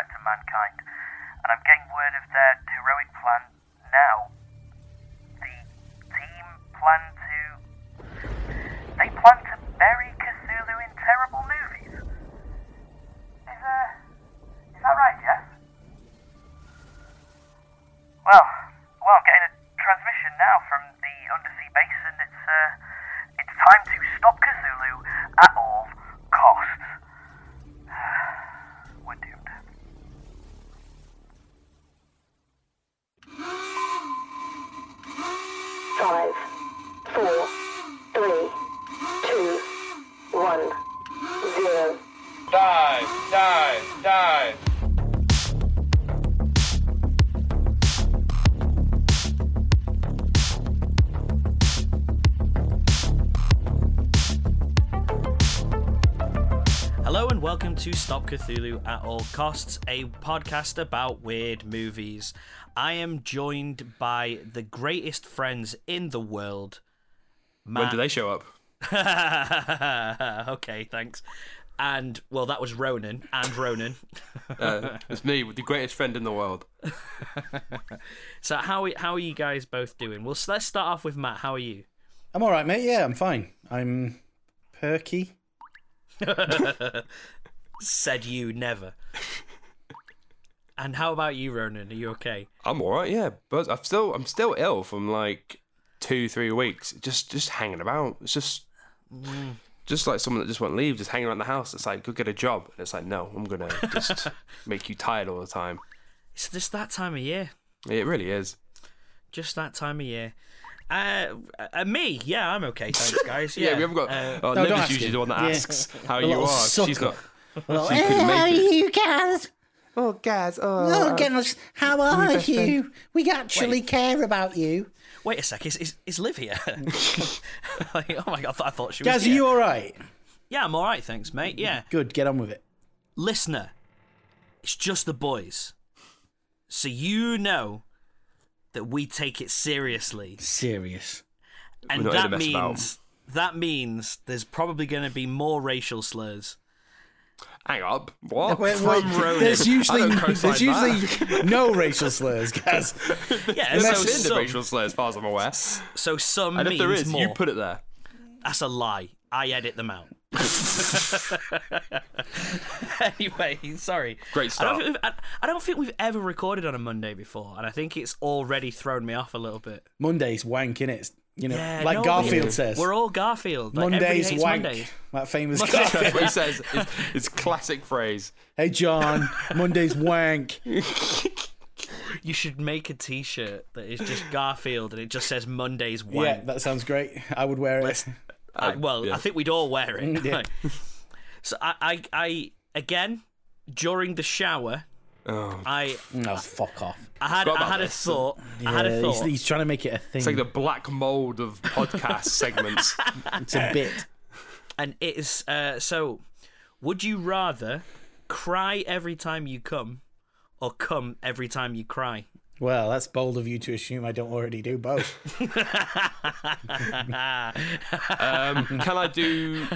kind, and I'm getting word of their heroic plan now. The team plan to. They plan to bury Cthulhu in terrible movies. Is, uh, is that right, Jeff? Well, well, I'm getting a transmission now from the undersea base, and it's uh, it's time to stop Cthulhu at all costs. We're doomed. Five, four, three, two, one, zero. Dive, dive, dive. Hello and welcome to Stop Cthulhu at All Costs, a podcast about weird movies. I am joined by the greatest friends in the world. When Uh, do they show up? okay, thanks. And well, that was Ronan and Ronan. Uh, it's me, the greatest friend in the world. so how how are you guys both doing? Well, s- let's start off with Matt. How are you? I'm all right, mate. Yeah, I'm fine. I'm perky. Said you never. and how about you, Ronan? Are you okay? I'm all right, yeah, but I'm still I'm still ill from like two three weeks. Just just hanging about. It's just just like someone that just won't leave, just hanging around the house. It's like go get a job, and it's like no, I'm gonna just make you tired all the time. It's just that time of year. It really is. just that time of year. Uh, uh, me, yeah, I'm okay, thanks, guys. Yeah, Yeah, we haven't got. Uh, oh, don't Livy's ask usually him. the one that Yeah. asks how The you little are. sucker. She's not. Well, she couldn't how are make it. you guys? Oh, guys. Oh, goodness. How are you? We actually care about you. wait a sec, is is, is Liv here? like, oh my god, I thought, I thought she was. Gaz, are here. you all right? Yeah, I'm all right, thanks, mate. Yeah, Good. Get on with it. listener, it's just the boys, so you know that we take it seriously, Serious. and not in a that mess means about. that means there's probably going to be more racial slurs. Hang up. What? Oh, Wait, From wait, Ronan. there's usually I don't co-sign there's that. usually no racial slurs, Gaz. Yeah, There's so no sin to some, racial slur, as far as I'm aware. so some And if means there is, more. you put it there. That's a lie. I edit them out. anyway, sorry. Great I start. don't, think- I, I don't think we've ever recorded on a Monday before, and I think it's already thrown me off a little bit. Monday's wank in it. You know, Yeah, like no, Garfield we- says. We're all Garfield. Like, everybody Monday's hates wank. Mondays. That famous That's Garfield. what he says. It's, it's classic phrase. hey John, Monday's wank. You should make a T-shirt that is just Garfield, and it just says Monday's Yeah, wank. that sounds great. I would wear it. I- well, yeah. I think we'd all wear it. Mm, yeah. Like, so I, I, I, again, during the shower, Oh, I, No, fuck off. I had, Forgot I about had a this. thought. I had Yeah, a he's, thought. he's trying to make it a thing. it's like the black mold of podcast segments. it's a bit. and it is uh, so would you rather cry every time you come or come every time you cry Well, that's bold of you to assume I don't already do both. Um, can I do?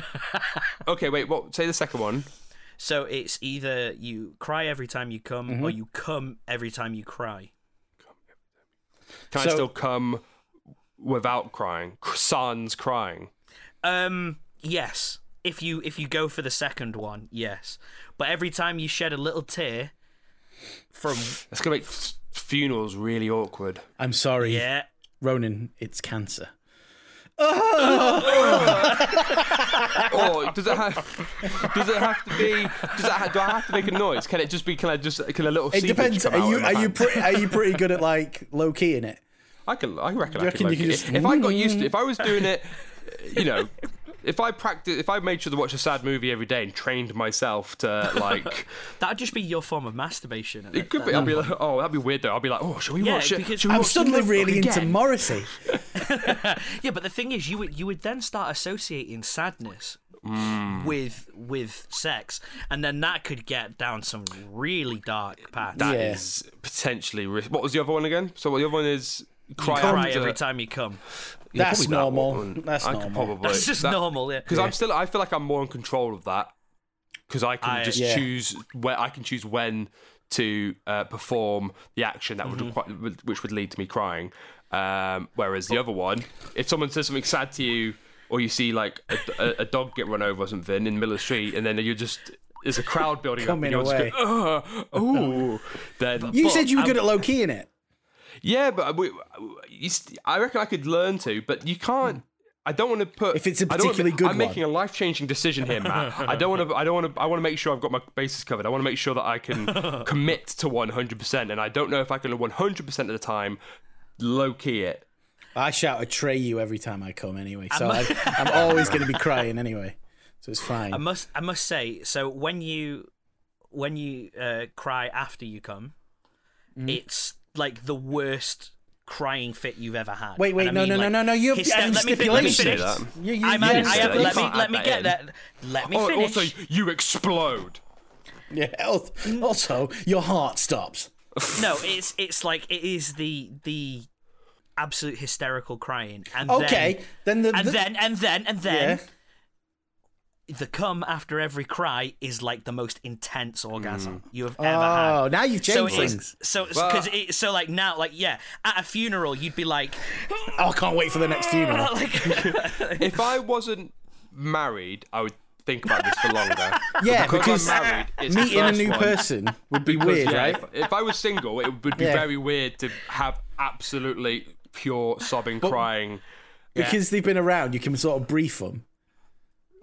Okay, wait. What? Say the second one. so it's either you cry every time you come or you come every time you cry Can I So- still come without crying? Sans crying. um yes if you if you go for the second one yes but every time you shed a little tear from That's gonna make f- funerals really awkward. I'm sorry, yeah Ronan, it's cancer. Or does it have? Does it have to be? Does it ha- do I have to make a noise? Can it just be? Can I just? Can a little? It seepage depends. Come Are out you in my are you pants? pre- are you pretty good at like low key in it? I can. I reckon you I reckon can. you Like could it. just- If I got used to, if I was doing it, you know, if I practice, if I made sure to watch a sad movie every day and trained myself to like, that'd just be your form of masturbation it could be. I'd be like, oh, that'd be weird though. I'd be like, oh, should we Yeah, watch it? because- Should we I'm I'm watch suddenly Moonwalk really into again? Morrissey. Yeah, but the thing is, you would you would then start associating sadness Mm. with with sex, and then that could get down some really dark paths. That Yeah. is potentially. Ri- what was the other one again? So what the other one is. Cry, Cry after- every time you come. Yeah, That's probably that normal. one. That's I could normal. Probably. That's just normal. Yeah. Because I'm still. I feel like I'm more in control of that. Because I can I- just Yeah. choose where I can choose when to uh, perform the action that would require, which would lead to me crying. Um, whereas the other one, if someone says something sad to you, or you see like a, a, a dog get run over or something in the middle of the street, and then you're just there's a crowd building Coming up, and away. you're just going, oh, ooh, then You but- said you were good at low key in it. yeah, but we, you st- I reckon I could learn to, but you can't. I don't want to put. If it's a I don't wanna particularly ma- good I'm one. making a life changing decision here, Matt. I don't want to. I don't want to. I want to make sure I've got my bases covered. I want to make sure that I can commit to 100, percent and I don't know if I can 100 percent of the time low key it. I shout "Atray you" every time I come, anyway. So I'm, I'm always going to be crying anyway. So it's fine. I must I must say so when you when you uh, cry after you come, Mm. it's like the worst crying fit you've ever had. Wait, wait, And I no, mean, no, no, like, no, no, you have- hyster- I mean, let me fin- stipulations. Let me Say finish. that. You- you- I'm you at- have I have- You let me can't let add me that get in. that. Let me Or, finish. Oh, also, you explode. yeah. al- Also, your heart stops. no, it's it's like it is the the absolute hysterical crying. And Okay. Then, the, then, and the- then and then and yeah. then the cum after every cry is like the most intense orgasm Hmm. you have ever had. Oh, now you've So changed things. it's so because it so like now like yeah at a funeral you'd be like Oh, I can't wait for the next funeral. like If I wasn't married, I would think about this for longer. Yeah, because because I'm married, it's the meeting a first new one. person would be Because, weird, yeah, right? If, if I was single, it would be Yeah. very weird to have absolutely pure sobbing, crying. Because they've been around, you can sort of brief them.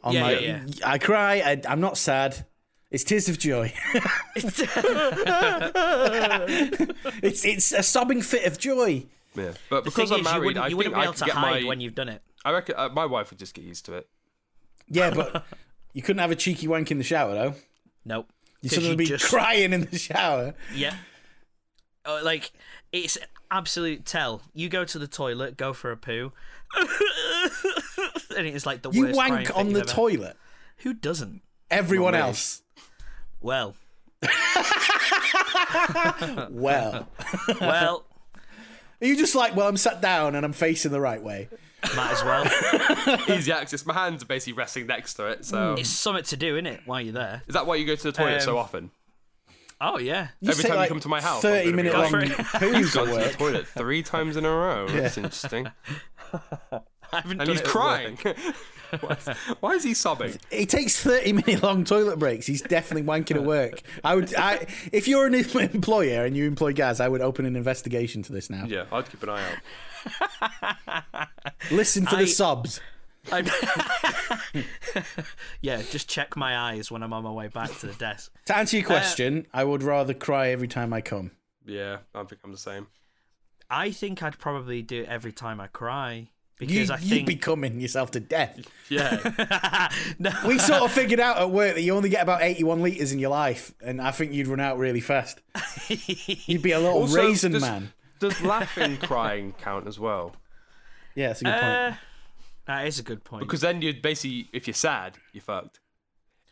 On Yeah, like, yeah, I cry. I, I'm not sad. It's tears of joy. It's it's a sobbing fit of joy. Yeah. But the because thing is I'm you married, wouldn't, I you think wouldn't be I able could to get hide my. when you've done it I reckon uh, my wife would just get used to it. Yeah, but you couldn't have a cheeky wank in the shower though. nope You 'Cause suddenly be just- crying in the shower. yeah Oh, like it's absolute tell you go to the toilet go for a poo and it's like the You worst crying wank fit on you've the ever- toilet. who doesn't Everyone else. well Well, well are you just like, well, I'm sat down and I'm facing the right way? might as well Easy access. My hands are basically resting next to it. So it's something to do innit? while you're there is that why you go to the toilet so Um, often? oh yeah You Every take, time you like, come to my house, I'm thirty gonna be minute like- long Go poos Gone at to the work. toilet three times in a row. That's interesting. I haven't And done he's it at crying. work. why, is, why is he sobbing? He takes thirty minute long toilet breaks. He's definitely wanking at work. I would, I, if you're an employer and you employ guys, I would open an investigation to this now. Yeah, I'd keep an eye out. Listen for I- the sobs. I'm- yeah, just check my eyes when I'm on my way back to the desk. To answer Uh, your question, I would rather cry every time I come. Yeah, I think I'm the same. I think I'd probably do it every time I cry You, because I you'd think be coming yourself to death. Yeah, no, We sort of figured out at work that you only get about 81 litres in your life, and I think you'd run out really fast. You'd be a little Also, raisin does- man. Does laughing, crying count as well? Yeah, that's a good uh, point. that is a good point. Because then you're basically, if you're sad, you're fucked.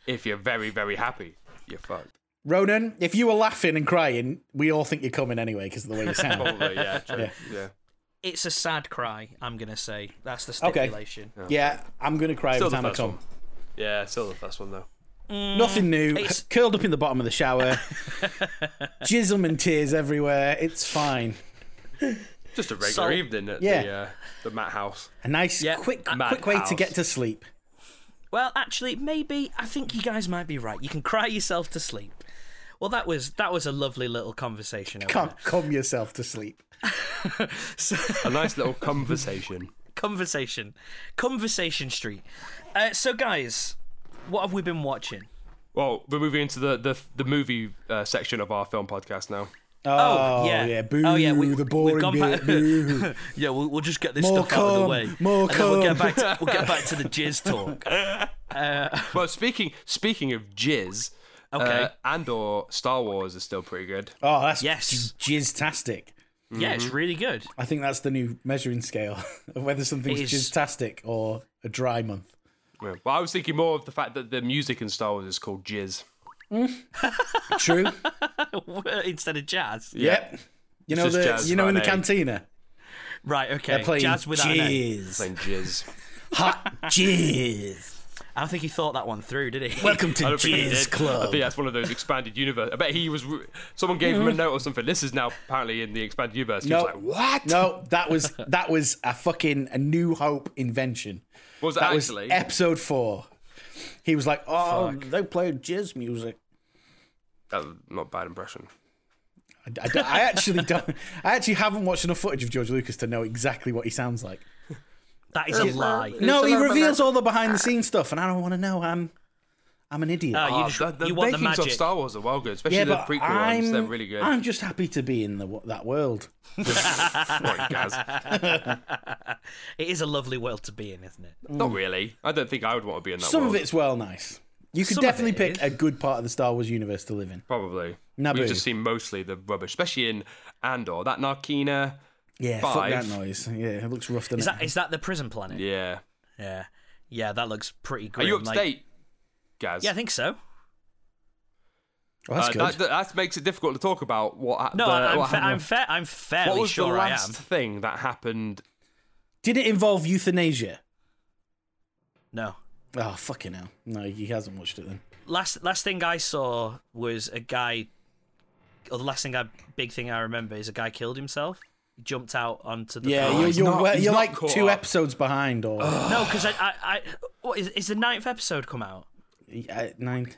If you're very, very happy, you're fucked. Ronan, if you were laughing and crying, we all think you're coming anyway because of the way you sound. Probably, yeah, Oh, true. Yeah. it's a sad cry. I'm gonna say that's the Okay. stipulation. yeah, I'm going to cry Still every the time I first come. one. Yeah, still the first one, though. Mm. Nothing new. It's- Curled up in the bottom of the shower, jizzle and tears everywhere. It's fine. Just a regular So- evening at Yeah. the, uh, the Matt house. A nice, Yeah, quick, mad quick way house. to get to sleep. Well, actually, maybe I think you guys might be right. You can cry yourself to sleep. Well, that was that was a lovely little conversation. over Can't come yourself to sleep. A nice little conversation. conversation, conversation street. Uh, so, guys, what have we been watching? Well, we're moving into the the, the movie uh, section of our film podcast now. Oh, yeah. Boo, oh yeah, we, the we've boring gone bit. back- boo. yeah, we'll, we'll just get this More stuff out of the cum, way. more and then we'll get cum. back to we'll get back to the jizz talk. Well, speaking speaking of jizz, Okay. uh, Andor Star Wars is still pretty good. Oh, that's Yes. yes. jizztastic. Yeah, it's really good. I think that's the new measuring scale of whether something's It is. jizztastic or a dry month. Yeah. But I was thinking more of the fact that the music in Star Wars is called jizz. True. Instead of jazz. yep. You know just the jazz you know in the about eight. cantina Right, okay. playing Jazz without an A. jizz, Saying jizz. hot jizz. I don't think he thought that one through, did he? Welcome to I don't think he Jizz did. I Club. think that's one of those expanded universe. I bet he was. Re- someone gave him a note or something. This is now apparently in the expanded universe. He Mm-hmm. No, was like, what? No, that was that was a fucking a New Hope invention. Was it That actually? was episode four. He was like, "Oh, they played jazz music." That was not a bad impression. I, I don't- I actually don't. I actually haven't watched enough footage of George Lucas to know exactly what he sounds like. That is a lie. No, It's he a lot of- reveals all the behind the scenes stuff, and I don't want to know. I'm, I'm an idiot. Oh, you, Oh, just, the, the you want the makings magic. of Star Wars are well good, especially the prequel ones. They're really good. I'm just happy to be in the that world. Right, guys. It is a lovely world to be in, isn't it? Not really. I don't think I would want to be in that Some world. of it's well nice. You could Some of definitely it pick is. a good part of the Star Wars universe to live in. Probably. Naboo. We've just seen mostly the rubbish, especially in Andor. That Narkina. Yeah, fuck Five. that noise. Yeah, it looks rough. Than Is that is that the prison planet? Yeah, Yeah. yeah, that looks pretty Are grim. you up to like- date, guys? Yeah, I think so. oh, that's Uh, good. that, that, that makes it difficult to talk about what. No, the, I- I'm, what fa- happened- I'm, fa- I'm fairly What was sure the I last am. thing that happened? Did it involve euthanasia? No, Oh fucking hell! No, he hasn't watched it then. last last thing I saw was a guy. Or the last thing I big thing I remember is a guy killed himself. He jumped out onto the Yeah, floor. you're he's you're, not- well- he's you're not like caught two up. episodes behind or no, because I, I, I what is, is the ninth episode come out? uh, nine.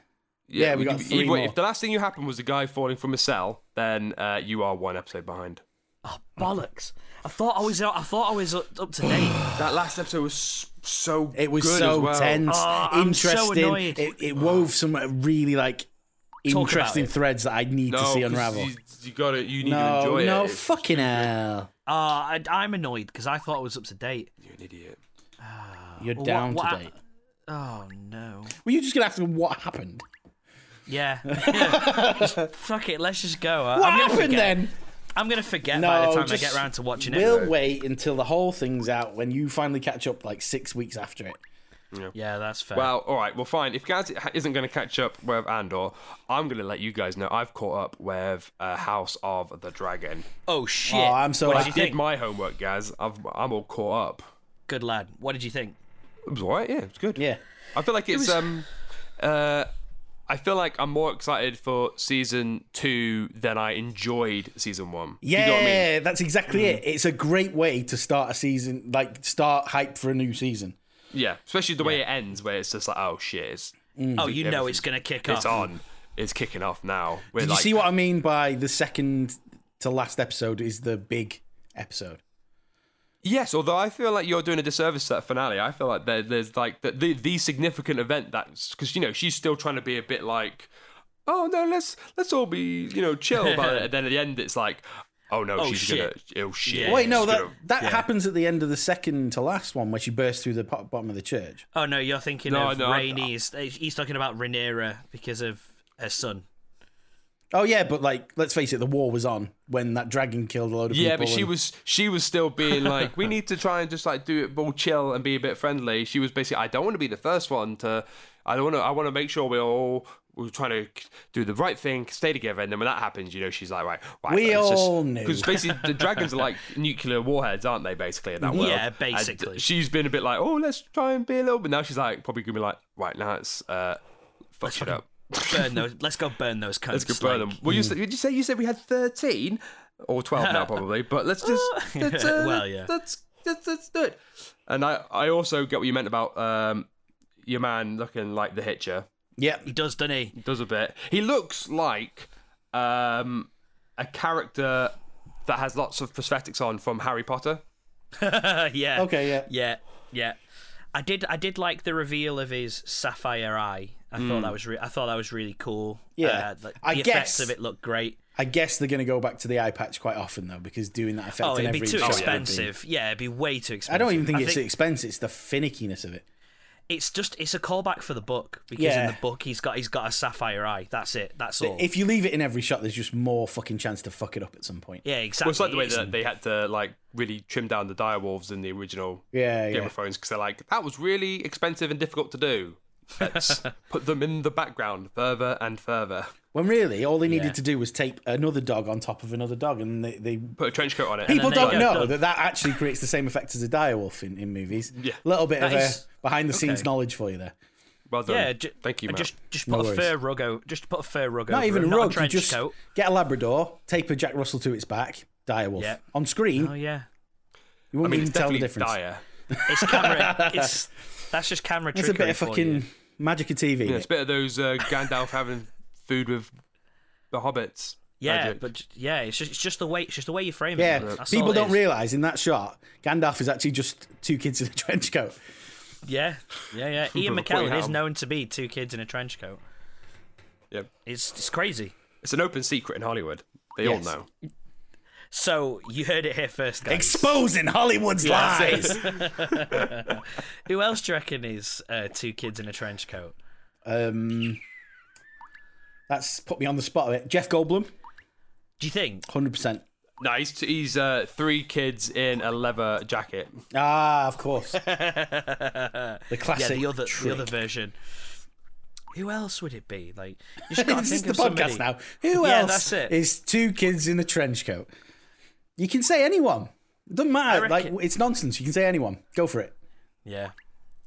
Yeah, we got if- three if, more. if the last thing you happened was a guy falling from a cell, then uh, you are one episode behind. Oh bollocks! I thought I was I thought I was up, up to date. That last episode was s- so It was good so as well. tense, Ah, Oh, I'm so interesting. annoyed. it, it wove some uh, really like about interesting it. threads that I need No, to see 'cause unravel. You, you got it. You need to No, enjoy no, it. It's- fucking hell! Uh, I, I'm annoyed because I thought I was up to date. You're an idiot. You're Well, down what- to what- date. Oh no. Were you just gonna ask them what happened? Yeah. Just fuck it. Let's just go. I- What I'm gonna happened forget. then? I'm gonna forget No, by the time just I get around to watching We'll it. wait until the whole thing's out when you finally catch up, like six weeks after it. Yeah, that's fair. Well, all right. Well, fine. If Gaz isn't going to catch up with Andor, I'm going to let you guys know I've caught up with uh, House of the Dragon. oh shit. Oh, I'm so What happy. did you Did think? my homework, Gaz. I've, I'm all caught up. Good lad. What did you think? It was all right. Yeah, it was good. Yeah. I feel like it's was- um uh I feel like I'm more excited for season two than I enjoyed season one. Yeah, You know what I mean? that's exactly it. It's a great way to start a season, like start hype for a new season. Yeah. Especially the way it ends where it's just like, oh shit, it's Oh, you know it's gonna kick it's off. on. It's kicking off now. We're Did like, you see what I mean by the second to last episode is the big episode? Yes, although I feel like you're doing a disservice to that finale. I feel like there, there's like the, the the significant event that's because you know she's still trying to be a bit like, oh no, let's let's all be you know chill about it. And then at the end, it's like, oh no, she's shit. gonna oh shit. Yeah, Wait, no, she's that gonna- that happens at the end of the second to last one where she bursts through the po- bottom of the church. Oh no, you're thinking No, of no, I- Rainey's. He's talking about Rhaenyra because of her son. Oh yeah, but like, let's face it, the war was on when that dragon killed a load of people. Yeah, but she and- was she was still being like, we need to try and just like do it all chill and be a bit friendly. She was basically, I don't want to be the first one to, I don't want to, I want to make sure we're all we're trying to do the right thing, stay together. And then when that happens, you know, she's like, right, right We all knew. because basically the dragons are like nuclear warheads, aren't they? Basically in that world, Yeah, And basically. she's been a bit like, oh, let's try and be a little, but now she's like probably gonna be like, right now it's uh, fuck it up. Burn those. let's go burn those cunts. Let's go burn like- mm. them. Well, you said, did you say you said we had thirteen or twelve now, probably? But let's just let's, uh, Well, yeah. Let's let's, let's do it. And I I also get what you meant about um your man looking like the Hitcher. yeah, He does, doesn't he? He does a bit. He looks like um a character that has lots of prosthetics on from Harry Potter. yeah. Okay, yeah. Yeah. Yeah. I did. I did like the reveal of his sapphire eye. I thought that was. Re- I thought that was really cool. Mm. Yeah. Uh, like, I the guess- effects of it looked great. I guess they're gonna go back to the eye patch quite often though because doing that effect. Oh, in it'd be every too shot would expensive. Yeah, it'd be way too expensive. I don't even think it's it's expensive. It's the finickiness of it. just it's a callback for the book because in Yeah. the book he's got he's got a sapphire eye. That's it. That's all. If you leave it in every shot, there's just more fucking chance to fuck it up at some point. yeah, Well, exactly. it's like the way It's- that they had to like really trim down the direwolves in the original Yeah, Game yeah. of Thrones because they're like that was really expensive and difficult to do. Let's put them in the background further and further. When really, all they needed Yeah. to do was tape another dog on top of another dog, and they, they put a trench coat on it. then people they don't get know done. that that actually creates the same effect as a direwolf in, in movies. Yeah. little bit That of is- a behind the scenes okay. knowledge for you there. Well done. Yeah, ju- thank you, and Matt. just just No put a worries. fur rug out. Just put a fur rug Not over even it, a not rug. you trench just coat. get a Labrador, tape a Jack Russell to its back, die a wolf. Yeah. On screen, Oh yeah, you I wouldn't mean, it's even tell the definitely difference. dire. it's camera. it's that's just camera It's a trickery bit of for fucking you. magic of TV. Yeah, it's a bit of those uh, Gandalf having food with the hobbits. Yeah, magic. but j- yeah, it's just, it's just the way it's just the way you frame Yeah, it. That's all people it don't is. realise in that shot, Gandalf is actually just two kids in a trench coat. Yeah, yeah, yeah. Ian Put your McKellen hat is on. known to be two kids in a trench coat. yeah. It's it's crazy. it's an open secret in Hollywood. They Yes. all know. So you heard it here first, guys. Exposing Hollywood's lies. Who else do you reckon is uh, two kids in a trench coat? um, that's put me on the spot a bit. Jeff Goldblum, Do you think? 100%. No, he's, he's uh, three kids in a leather jacket. Ah, of course. the Yeah, classic. the other trick. the other version. Who else would it be? Like you just gotta this is think the of podcast somebody. now. Who Yeah, else that's it. is two kids in a trench coat? You can say anyone. It doesn't matter. I Like reckon- it's nonsense. You can say anyone. Go for it. Yeah.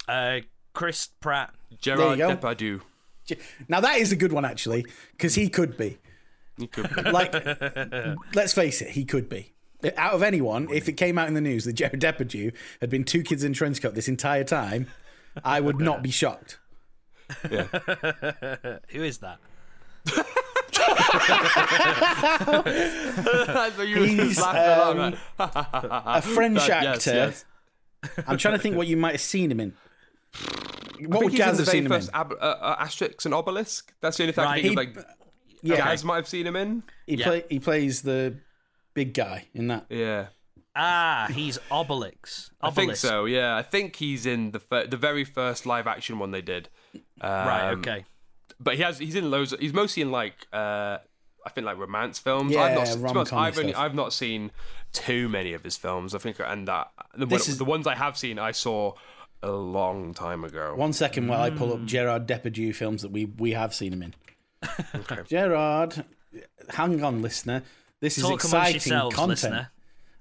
Uh, Chris Pratt. Gerard go. Depardieu. J- Now that is a good one actually, because he could be. He could be. Like, let's face it, he could be. Out of anyone, if it came out in the news that Jared Depardieu had been two kids in a trench coat this entire time, I would not be shocked. Who is that? I thought you were He's, just laughing along, um, like, A French "Dad, yes, actor. yes." I'm trying to think what you might have seen him in. I What think would he's in Gaz the have seen very him in? first ab- uh, uh, Asterix and Obelisk. That's the only thing Right. I can think He- of. Like, Yeah, Gaz might have seen him in. he play, he plays the big guy in that. Yeah. Ah, he's Obelix. Obelisk. I think so. Yeah, I think he's in the fir- the very first live action one they did. Right. Um, Okay. But he has he's in loads. Of, he's mostly in like uh, I think like romance films. Yeah, I've not, to be honest, rom-com I've, only, stuff. I've not seen too many of his films. I think and that the, one- This is- the ones I have seen I saw a long time ago. One second while I pull Hmm. up Gerard Depardieu films that we we have seen him in. Gerard, hang on, listener. This is Talk amongst exciting yourselves, content. listener.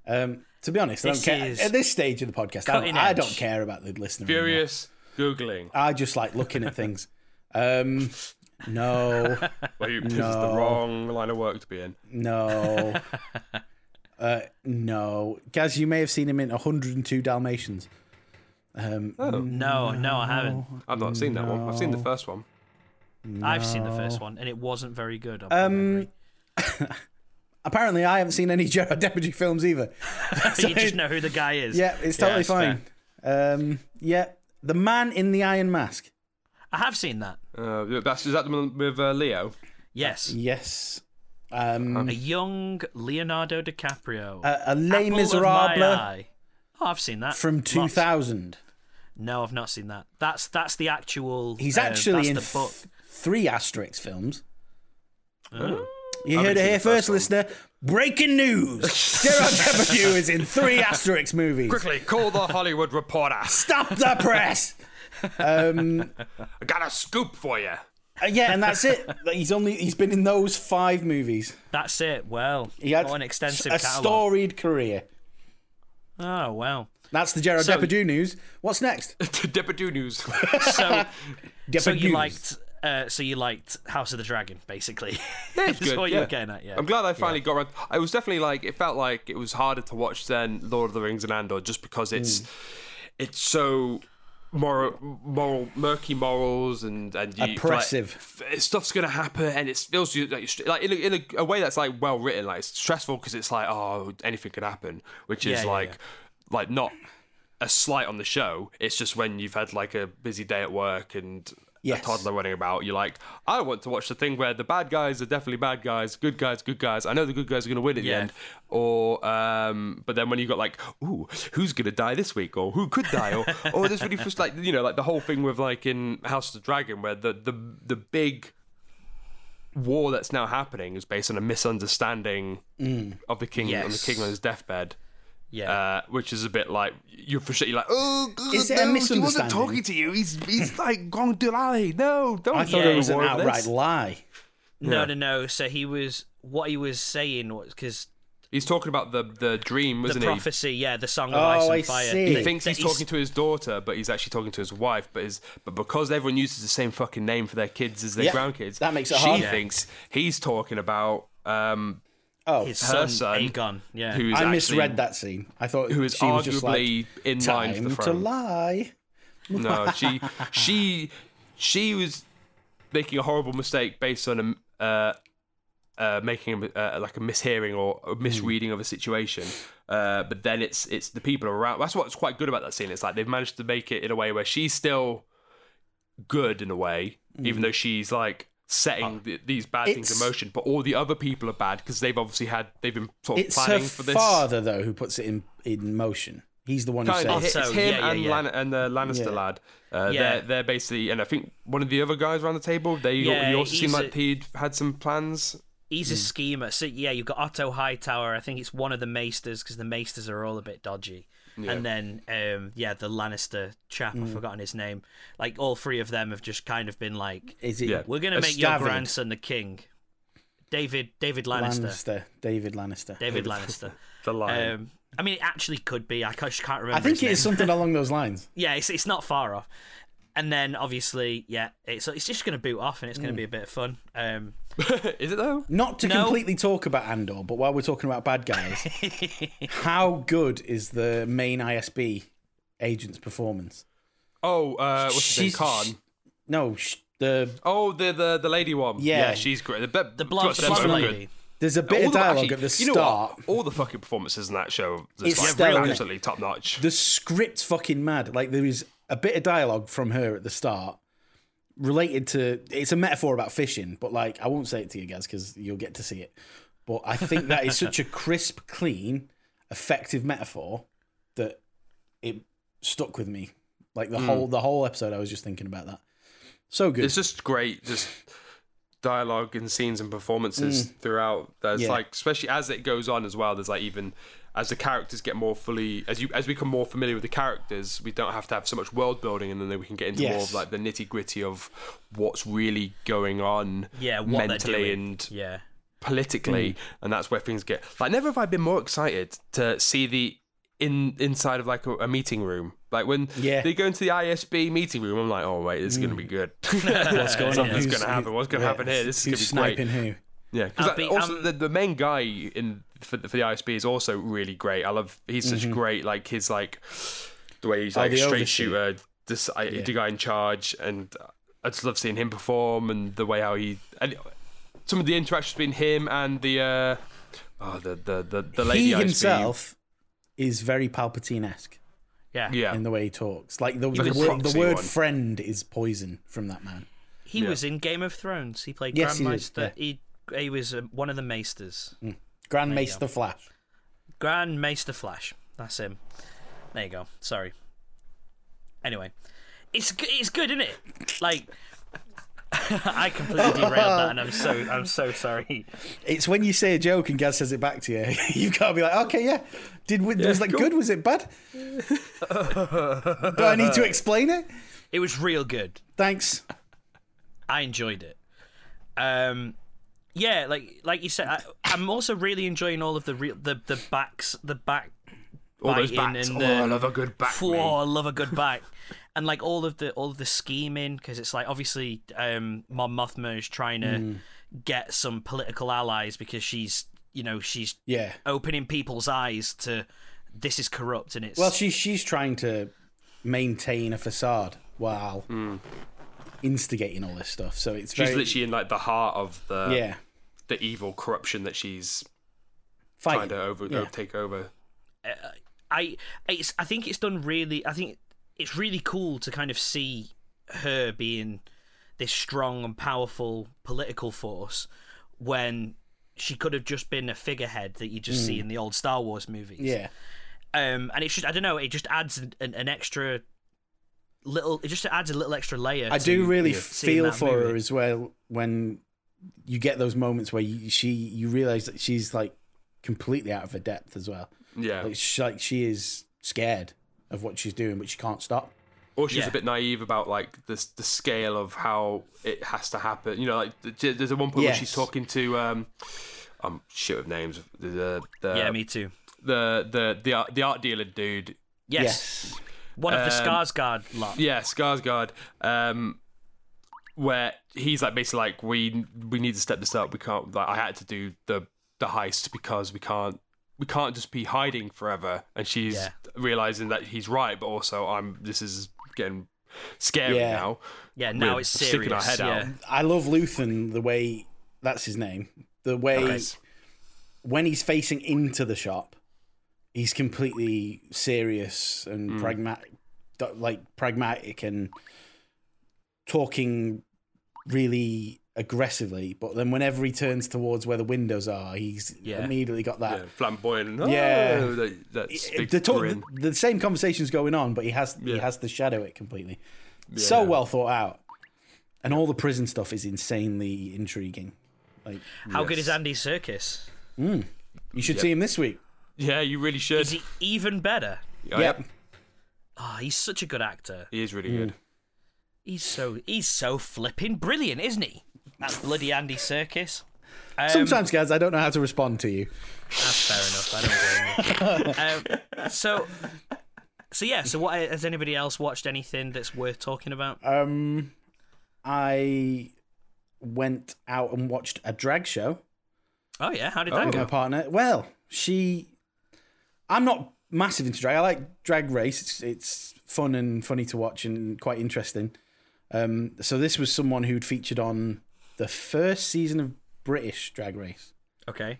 Um, to be honest, This I don't care. is At this stage of the podcast, I, cutting I edge. don't care about the listener. anymore. Furious googling. I just like looking at things. Um, no, Well, you- this is the wrong line of work to be in. no, uh, no. Gaz, you may have seen him in 102 Dalmatians. No, no, I haven't. I've not seen that one. I've seen the first one. I've seen the first one, and it wasn't very good. Um, Apparently, I haven't seen any Gerard Depardieu films either. you just know who the guy is. Yeah, it's totally it's fine. Um, yeah, the man in the iron mask. I have seen that. Uh, that's is that the one with uh, Leo? Yes, Yes. Um, a young Leonardo DiCaprio. a, a Les Apple of my Miserables eye. Oh, I've seen that Uh, from Lots. 2000. No, I've not seen that. That's that's the actual. He's uh, actually that's in the book. th- three Asterix films. Oh. You haven't heard it seen here the first first, one. listener. Breaking news: Gerard Depardieu is in three Asterix movies. Quickly call the Hollywood Reporter. Stop the press. I got a scoop for you. Uh, yeah, and that's it. Like, He's only he's been in those five movies. That's it. Well, He had got Oh, an extensive a catalog. storied career. Oh well. That's the Gerard So- Depardieu news. What's next? Depardieu news. So so you Depardieu's. liked uh, so you liked House of the Dragon basically. That's good, what you yeah. were getting at. Yeah. I'm glad I finally got around. I was definitely like, it felt like it was harder to watch than Lord of the Rings and Andor, just because it's Hmm. it's so moral, moral, murky morals and and you, like, Oppressive. f- stuff's gonna happen, and it feels you like, you're str- like in, a, in a, a way that's like well written. Like it's stressful because it's like oh anything could happen, which Yeah, is yeah, like yeah. like not a slight on the show. It's just when you've had like a busy day at work and Yes. a toddler running about, you're like, I want to watch the thing where the bad guys are definitely bad guys, good guys, good guys. I know the good guys are going to win at Yeah. the end. Or, um, but then when you got like, ooh, who's going to die this week? Or who could die? Or, or this really just like, you know, like the whole thing with like in House of the Dragon where the, the, the big war that's now happening is based on a misunderstanding of the king on the Mm. Yes. king on his deathbed. yeah. Uh, which is a bit like you're frustrated. You're like, oh, God, Is it a no, He wasn't misunderstanding? talking to you. He's he's like gone to lie. No, don't. I thought Yeah, it was an war of outright this. lie. no, yeah. no, no. So he was what he was saying was because He He's talking about the the dream, The isn't he? prophecy, yeah, the song of Oh, ice and I fire. see. He That- thinks that he's talking to his daughter, but he's actually talking to his wife. But his but because everyone uses the same fucking name for their kids as their Yeah, grandkids, that makes it she hard. Yeah. thinks he's talking about um, Oh, his son, her son, Aegon. Yeah, who is I actually- misread that scene. I thought Who is she was just like, arguably in line for time the to throne. lie. No, she she she was making a horrible mistake based on a uh, uh, making a, uh, like a mishearing or Hmm. a misreading of a situation. Uh, but then it's it's the people around. That's what's quite good about that scene. It's like they've managed to make it in a way where she's still good in a way, even though she's like setting th- these bad things in Hmm. Uh, It's- motion. But all the other people are bad because they've obviously had they've been sort of It's her planning for this. father though who puts it in in motion. He's the one who Kind of, says, it's Also, him Oh, yeah, yeah, and, yeah. Lan- and the Lannister Yeah. lad. Uh, Yeah. they're, they're basically, and I think one of the other guys around the table. They Yeah, he also he's seemed a- like he'd had some plans. he's Hmm. a schemer. So yeah, you've got Otto Hightower. I think it's one of the Maesters because the Maesters are all a bit dodgy. And then um, yeah, the Lannister chap. Hmm. I've forgotten his name. Like all three of them have just kind of been like, "Is it Yeah. "We're gonna A make your David. grandson the king." David, David Lannister. Lannister. David Lannister?" David Lannister. The lion. Um, I mean, it actually could be. I ca- just can't remember. I think his it is name. something along those lines. Yeah, it's, it's not far off. And then obviously, yeah, it's it's just going to boot off, and it's going to Mm. be a bit of fun. Um, Is it though? Not to No. completely talk about Andor, but while we're talking about bad guys, how good is the main ISB agent's performance? Oh, uh, what's his name? Khan. no, sh- the Oh, the the the lady one. Yeah. she's great. The, be- the blonde God, they're both blonde good. lady. there's a bit All of the- dialogue actually, at the you know start. what? All the fucking performances in that show, It's it's like stellar, isn't it? absolutely top notch. the script fucking mad. Like there is a bit of dialogue from her at the start related to it's a metaphor about fishing, but like I won't say it to you guys because you'll get to see it. But I think that is such a crisp, clean, effective metaphor that it stuck with me. Like the whole the whole episode, I was just thinking about that. So good. It's just great, just dialogue and scenes and performances Mm. throughout. There's Yeah. like, especially as it goes on as well. There's like even as the characters get more fully, as you as we become more familiar with the characters, we don't have to have so much world building, and then we can get into more Yes. of like the nitty gritty of what's really going on, Yeah, what they're mentally doing. and yeah, politically, Mm. and that's where things get. Like, never have I been more excited to see the in inside of like a, a meeting room. Like when Yeah. Mm. they go into the ISB meeting room, I'm like, oh wait, this is gonna be good. what's going on? Something's gonna happen. What's gonna happen here? This is who's gonna be great. sniping who? Yeah, because I'll be- also um, the, the main guy in for, the- for the ISB is also really great. I love he's such great like his like the way he's like Mm-hmm. Oh, the a straight overseer. shooter, this I, the guy in charge, and I just love seeing him perform and the way how he and some of the interactions between him and the uh oh, the the the, the lady He ISB. himself is very Palpatine esque. yeah, Yeah, in the way he talks. Like the, a the, word, the proxy word one. friend is poison from that man. He was in Game of Thrones. He played Yes, he did, Mm. Grandmaster. He, he was uh, one of the Maesters. Grand Mace the Flash. Grand Maester Flash. That's him. There you go. Sorry. Anyway, it's g- it's good, isn't it? Like. I completely derailed that, and I'm so I'm so sorry. It's when you say a joke and Gaz says it back to you, you've got to be like, okay, yeah. Did we, was that cool. good? Was it bad? Do I need to explain it? It was real good. Thanks. I enjoyed it. Um, yeah, like like you said, I, I'm also really enjoying all of the real the the backs the back all those biting backs. and Oh, the- I love a good back. Four, mate. I love a good back. and like all of the all of the scheming because it's like obviously um Mon Mothma is trying to Mm. get some political allies because she's you know she's Yeah. opening people's eyes to this is corrupt and it's Well, she, she's trying to maintain a facade while instigating all this stuff. So it's Hmm. She's very, literally uh, in like the heart of the yeah, the evil corruption that she's trying fighting. to over Yeah. take over. I it's I think it's done really I think it's really cool to kind of see her being this strong and powerful political force when she could have just been a figurehead that you just see in the old Star Wars movies. Hmm. Yeah. Um and it's just I don't know, it just adds an, an, an extra little it just adds a little extra layer I to do really seeing feel that for her movie. as well when you get those moments where you, she you realize that she's like completely out of her depth as well. Yeah, Like she, like she is scared of what she's doing, but she can't stop. or she's Yeah. a bit naive about like the the scale of how it has to happen. You know, like th- there's a one point where she's Yes. talking to um, I'm shit with names. The the the yeah, me too. the, the the art the art dealer dude. Yes. Yes. One of the Skarsgård lot. Um, Yeah, Skarsgård. Um, where he's like basically like we we need to step this up. We can't. Like, I had to do the the heist because we can't we can't just be hiding forever. And she's Yeah. realizing that he's right, but also I'm. This is getting scary Yeah. now. Yeah, now We're it's sticking our serious. head out. yeah. I love Luthen the way that's his name. The way Nice. when he's facing into the shop, he's completely serious and Hmm. pragmatic, like pragmatic and talking really aggressively. But then whenever he turns towards where the windows are, he's Yeah. immediately got that. Yeah, flamboyant. Oh, Uh, Yeah. that, that's big The, talk, grin. the, the same conversation's going on, but he has he Yeah. has to shadow it completely. so yeah. well thought out, and all the prison stuff is insanely intriguing. Like How good Yes. is Andy Circus? you should see him this week. Yeah, you really should. Is he even better? Oh, Yep. Mm. Oh, he's such a good actor. He is really good. He's so he's so flipping brilliant, isn't he? That bloody Andy Circus. Sometimes, guys, I don't know how to respond to you. That's fair enough. I don't blame you. um, so, so yeah. So, what has anybody else watched anything that's worth talking about? Um, I went out and watched a drag show oh yeah, how did that Oh. with my go? partner. Well, she, I'm not massive into drag. I like drag race. It's it's fun and funny to watch and quite interesting. Um, so this was someone who'd featured on the first season of British Drag Race. Okay.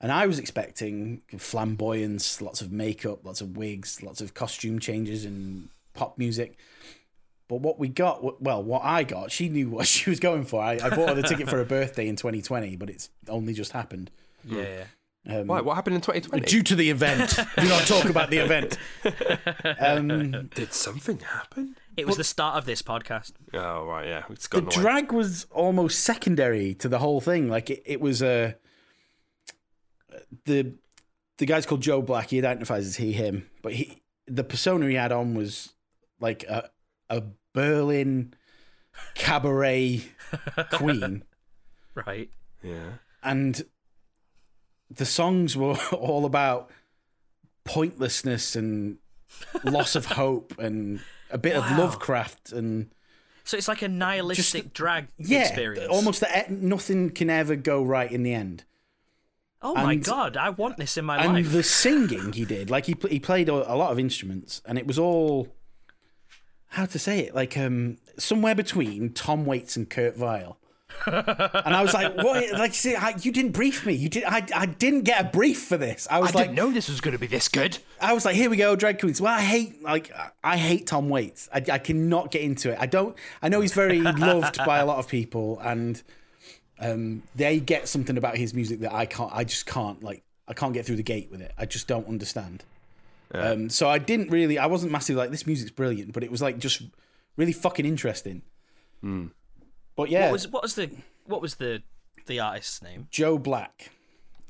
And I was expecting flamboyance, lots of makeup, lots of wigs, lots of costume changes and pop music. But what we got, well, what I got, she knew what she was going for. I, I bought her the ticket for her birthday in 2020, but it's only just happened. Yeah. yeah. Why? What happened in 2020? Due to the event. Do not talk about the event. Um, Did something happen? It was the start of this podcast. Oh right, yeah, it's the gone away. drag was almost secondary to the whole thing. Like it, it was a the the guy's called Joe Black. He identifies as he him, but he the persona he had on was like a a Berlin cabaret queen, Right. yeah, and the songs were all about pointlessness and loss of hope and a bit of Wow. Lovecraft and So it's like a nihilistic Just- drag yeah, experience. almost that nothing can ever go right in the end. Oh my and- god! I want this in my and life. the singing he did like he, pl- he played a, a lot of instruments and it was all how to say it like um somewhere between tom waits and kurt Vile. and i was like what like see, I, you didn't brief me you did I, I didn't get a brief for this i was like know this was going to be this good. I was like, here we go, drag queens. Well, I hate like I hate Tom Waits. I, I cannot get into it. I don't. I know he's very loved by a lot of people, and um, they get something about his music that I can't. I just can't like. I can't get through the gate with it. I just don't understand. Um, so I didn't really. I wasn't massive like this music's brilliant, but it was like just really fucking interesting. Hmm. But yeah, what was what was the what was the the artist's name? Joe Black,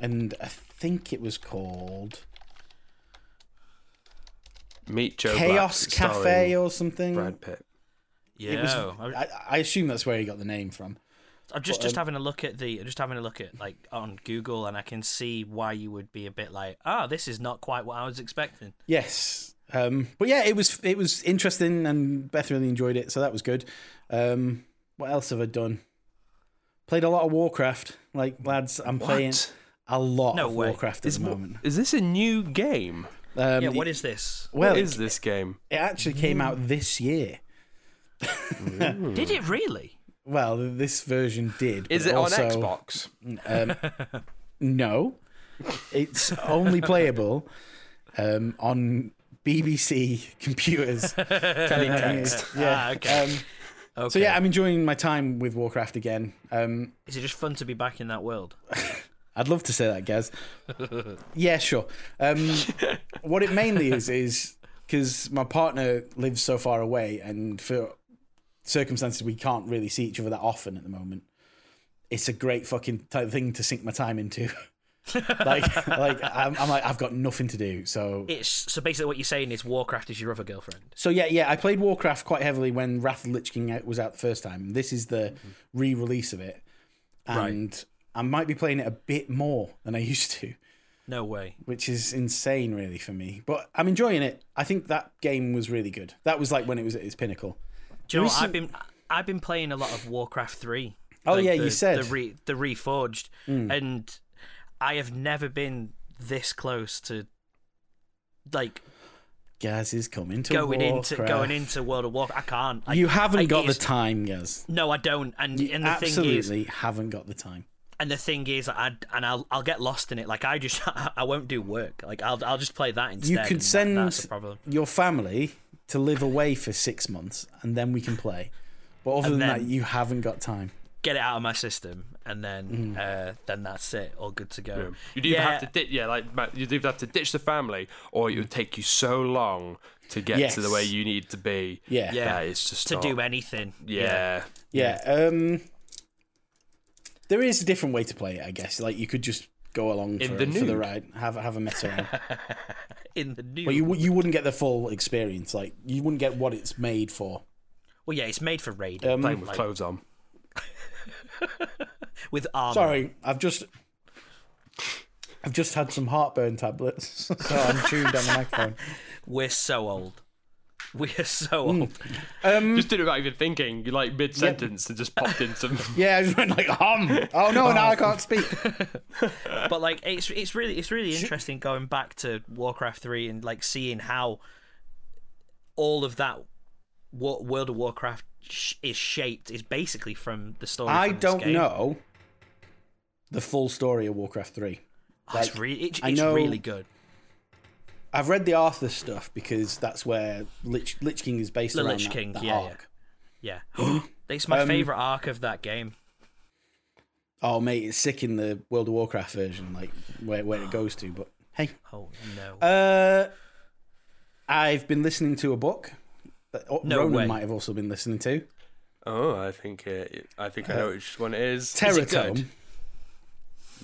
and I think it was called Meet Joe Chaos Black, Cafe starring or something. Brad Pitt. Yeah. was- I, I, I assume that's where he got the name from. I'm just um, just having a look at the just having a look at like on Google, and I can see why you would be a bit like, ah, this is not quite what I was expecting. Yes. Um, but yeah, it was it was interesting, and Beth really enjoyed it, so that was good. Um, what else have I done? Played a lot of Warcraft, like lads. I'm playing What? a lot No of way. Warcraft at Is, the what- moment. is this a new game? Um, Yeah. What is this? well, what is this game? it actually came out this year. Hmm. Did it really? Well, this version did. Is but it also, on Xbox? No, it's only playable um, on BBC computers. Teletext. Yeah. Ah, okay. Um, okay. So yeah, I'm enjoying my time with Warcraft again. Um, Is it just fun to be back in that world? I'd love to say that, Gaz. yeah, sure. Um, what it mainly is is because my partner lives so far away, and for circumstances we can't really see each other that often at the moment. It's a great fucking type of thing to sink my time into. like, like I'm, I'm like I've got nothing to do, so It's so basically what you're saying is Warcraft is your other girlfriend. So yeah, yeah, I played Warcraft quite heavily when Wrath of the Lich King out- was out the first time. This is the re-release of it, and I might be playing it a bit more than I used to, No way. which is insane, really, for me. But I'm enjoying it. I think that game was really good. That was like when it was at its pinnacle. Do you know There what? is I've been I've been playing a lot of Warcraft three. Oh, Like yeah, the, you said. Hmm. the re, the reforged, and I have never been this close to like Gaz is coming to going into Warcraft. going into World of Warcraft. I can't. Like, You haven't like, got the it's- time, Gaz. No, I don't. And You and the thing is, absolutely haven't got the time. and the thing is, I and I'll I'll get lost in it. Like I just I won't do work. Like I'll I'll just play that instead. You and could that- send that's the problem. your family to live away for six months, and then we can play. But other And than then- that, you haven't got time. Get it out of my system, and Mm. then uh, then that's it. All good to go. You'd either have to ditch, yeah, like Matt, you'd either have to ditch the family, or it would take you so long to get to the Mm. Yes. way you need to be. Yeah. Yeah, that it's just to not- do anything. Yeah, Yeah. Um, there is a different way to play it, I guess. Like you could just go along In for, the for the nude. ride, have have a mess around, in the new. but you wou- you wouldn't get the full experience. Like you wouldn't get what it's made for. well, yeah, it's made for raiding Um, playing with clothes on. with armor. Sorry, I've just I've just had some heartburn tablets, so I'm tuned on the microphone. We're so old. We are Mm. so old. Um, Just did it without even thinking. You like mid sentence and just popped in some. Yeah, I just went like hum. Oh no, now I can't speak. But like, it's it's really it's really interesting going back to Warcraft three and like seeing how all of that what World of Warcraft sh- is shaped is basically from the story. I from this don't game. know the full story of Warcraft Three. Oh, it's Like, really it, I it's know- really good. I've read the Arthur stuff because that's where Lich, Lich King is based The around Lich that- King, that yeah, yeah. arc. Yeah, it's my Um, favorite arc of that game. Oh mate, it's sick in the World of Warcraft version, like where where it goes to. But hey, Oh no. uh, I've been listening to a book. That oh, No Ronan way. might have also been listening to Oh, I think it, I think I know which one it is. it Terratome. good?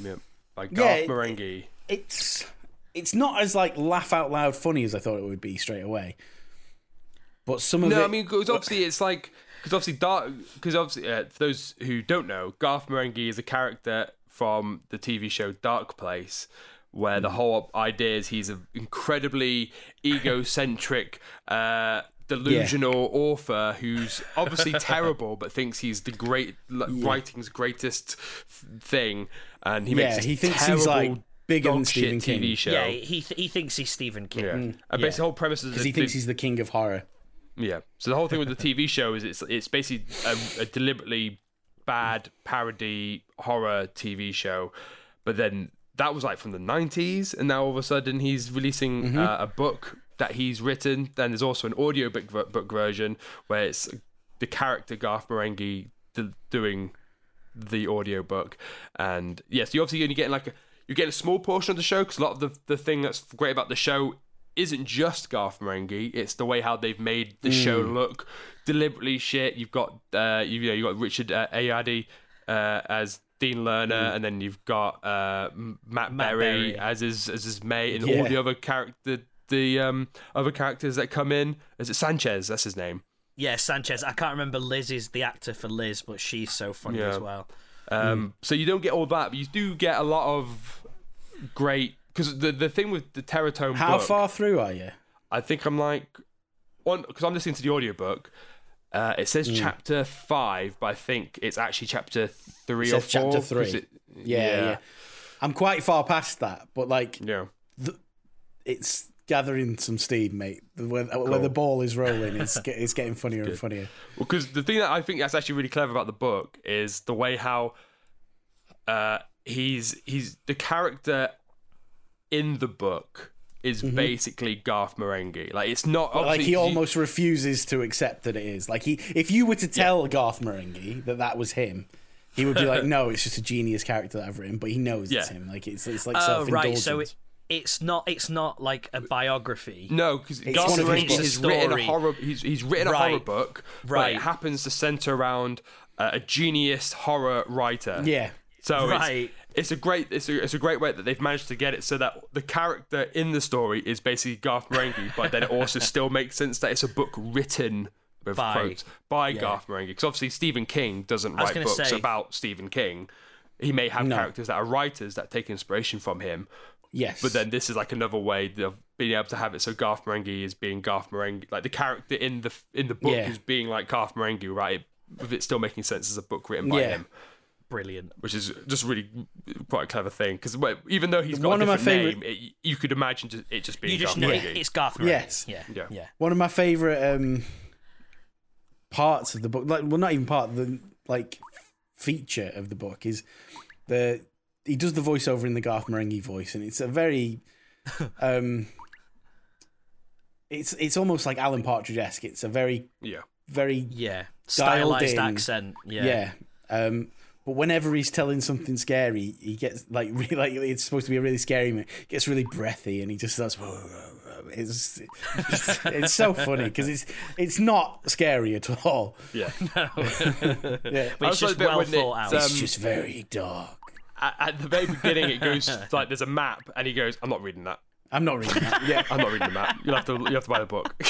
Yep. By Yeah, Garth it- Marenghi. it's it's not as like laugh out loud funny as I thought it would be straight away. But some of No, it, I mean, because obviously it's like because obviously Dark because obviously uh, for those who don't know, Garth Marenghi is a character from the TV show Dark Place, where Hmm. the whole idea is he's an incredibly egocentric. Uh, Delusional author who's obviously terrible, but thinks he's the great l writing's greatest th- thing, and he yeah, makes he this thinks terrible he's like bigger than dog Stephen shit King Mm, TV show. yeah, he th- he thinks he's Stephen King. Yeah. and basically the whole premise is because he that thinks the- he's the king of horror. yeah. So the whole thing with the TV show is it's it's basically a, a deliberately bad parody horror TV show, but then that was like from the '90s, and now all of a sudden he's releasing uh, a book that he's written. Then there's also an audio book, book version where it's the character Garth Marenghi d- doing the audiobook and yes you obviously only getting like a, you're getting a small portion of the show because a lot of the, the thing that's great about the show isn't just Garth Marenghi it's the way how they've made the show Mm. look deliberately shit you've got uh you, you know you've got Richard uh, Ayadi uh, as Dean Lerner and then you've got uh M- Matt, Mm. Matt Berry, Berry. as his as his mate and all Yeah. the other character the um other characters that come in is it Sanchez that's his name Yeah, Sanchez. I can't remember Liz is the actor for Liz, but she's so funny Yeah. as well. Um, Mm. So you don't get all that, but you do get a lot of great. Because the, the thing with the Terratome How book, far through are you? I think I'm like one because I'm listening to the audiobook. Uh, it says Mm. chapter five, but I think it's actually chapter three or says four. chapter 'cause three. it- Yeah, yeah, I'm quite far past that, but like yeah. it's gathering some steam, mate. When, when the ball is rolling, it's get, it's getting funnier and funnier. Because the thing that I think that's actually really clever about the book is the way how uh, he's he's the character in the book is basically Garth Marenghi. Like it's not Mm-hmm. Like obviously- he almost refuses to accept that it is. Like he, if you were to tell Garth Marenghi that that was him, he would be like, "No, it's just a genius character that I've written." But he knows it's Yeah. him. Like it's it's like Oh self right, indulgence. so it, it's not it's not like a biography. No, because one Garth of his Marenghi books. has written a Story. horror. He's, he's written a horror Right. book, but Right. it happens to center around uh, a genius horror writer. yeah, So it's- Right. it's, a great it's a, it's a great way that they've managed to get it so that the character in the story is basically Garth Marenghi, but then it also still makes sense that it's a book written with By- quotes by Garth Marenghi because obviously Stephen King doesn't was write gonna books say- about Stephen King. He may have No. characters that are writers that take inspiration from him, Yes. but then this is like another way of being able to have it. So Garth Marenghi is being Garth Marenghi, like the character in the in the book Yeah. is being like Garth Marenghi, right? With it still making sense as a book written by Yeah. him, Brilliant. which is just really quite a clever thing. Because even though he's got One a of my different favorite- name, it, you could imagine just, it just being You just Garth know Marenghi. it's Garth Marenghi. Yes. Yeah. Yeah. Yeah. one of my favorite um, parts of the book, like well, not even part, the like feature of the book is the he does the voiceover in the Garth Marenghi voice, and it's a very, um, it's it's almost like Alan Partridge esque. It's a very yeah. very Yeah. Dialed Stylized in. accent. Yeah. yeah. Um, but whenever he's telling something scary, he gets like really like it's supposed to be a really scary moment. He gets really breathy, and he just starts. It's it's, it's so funny because it's it's not scary at all. Yeah. But it's Also, just the bit well when thought out. it's, um, It's just very dark. at, at the very beginning, it goes like there's a map, and he goes, "I'm not reading that. I'm not reading that. Yeah, I'm not reading the map. You'll have to you have to buy the book."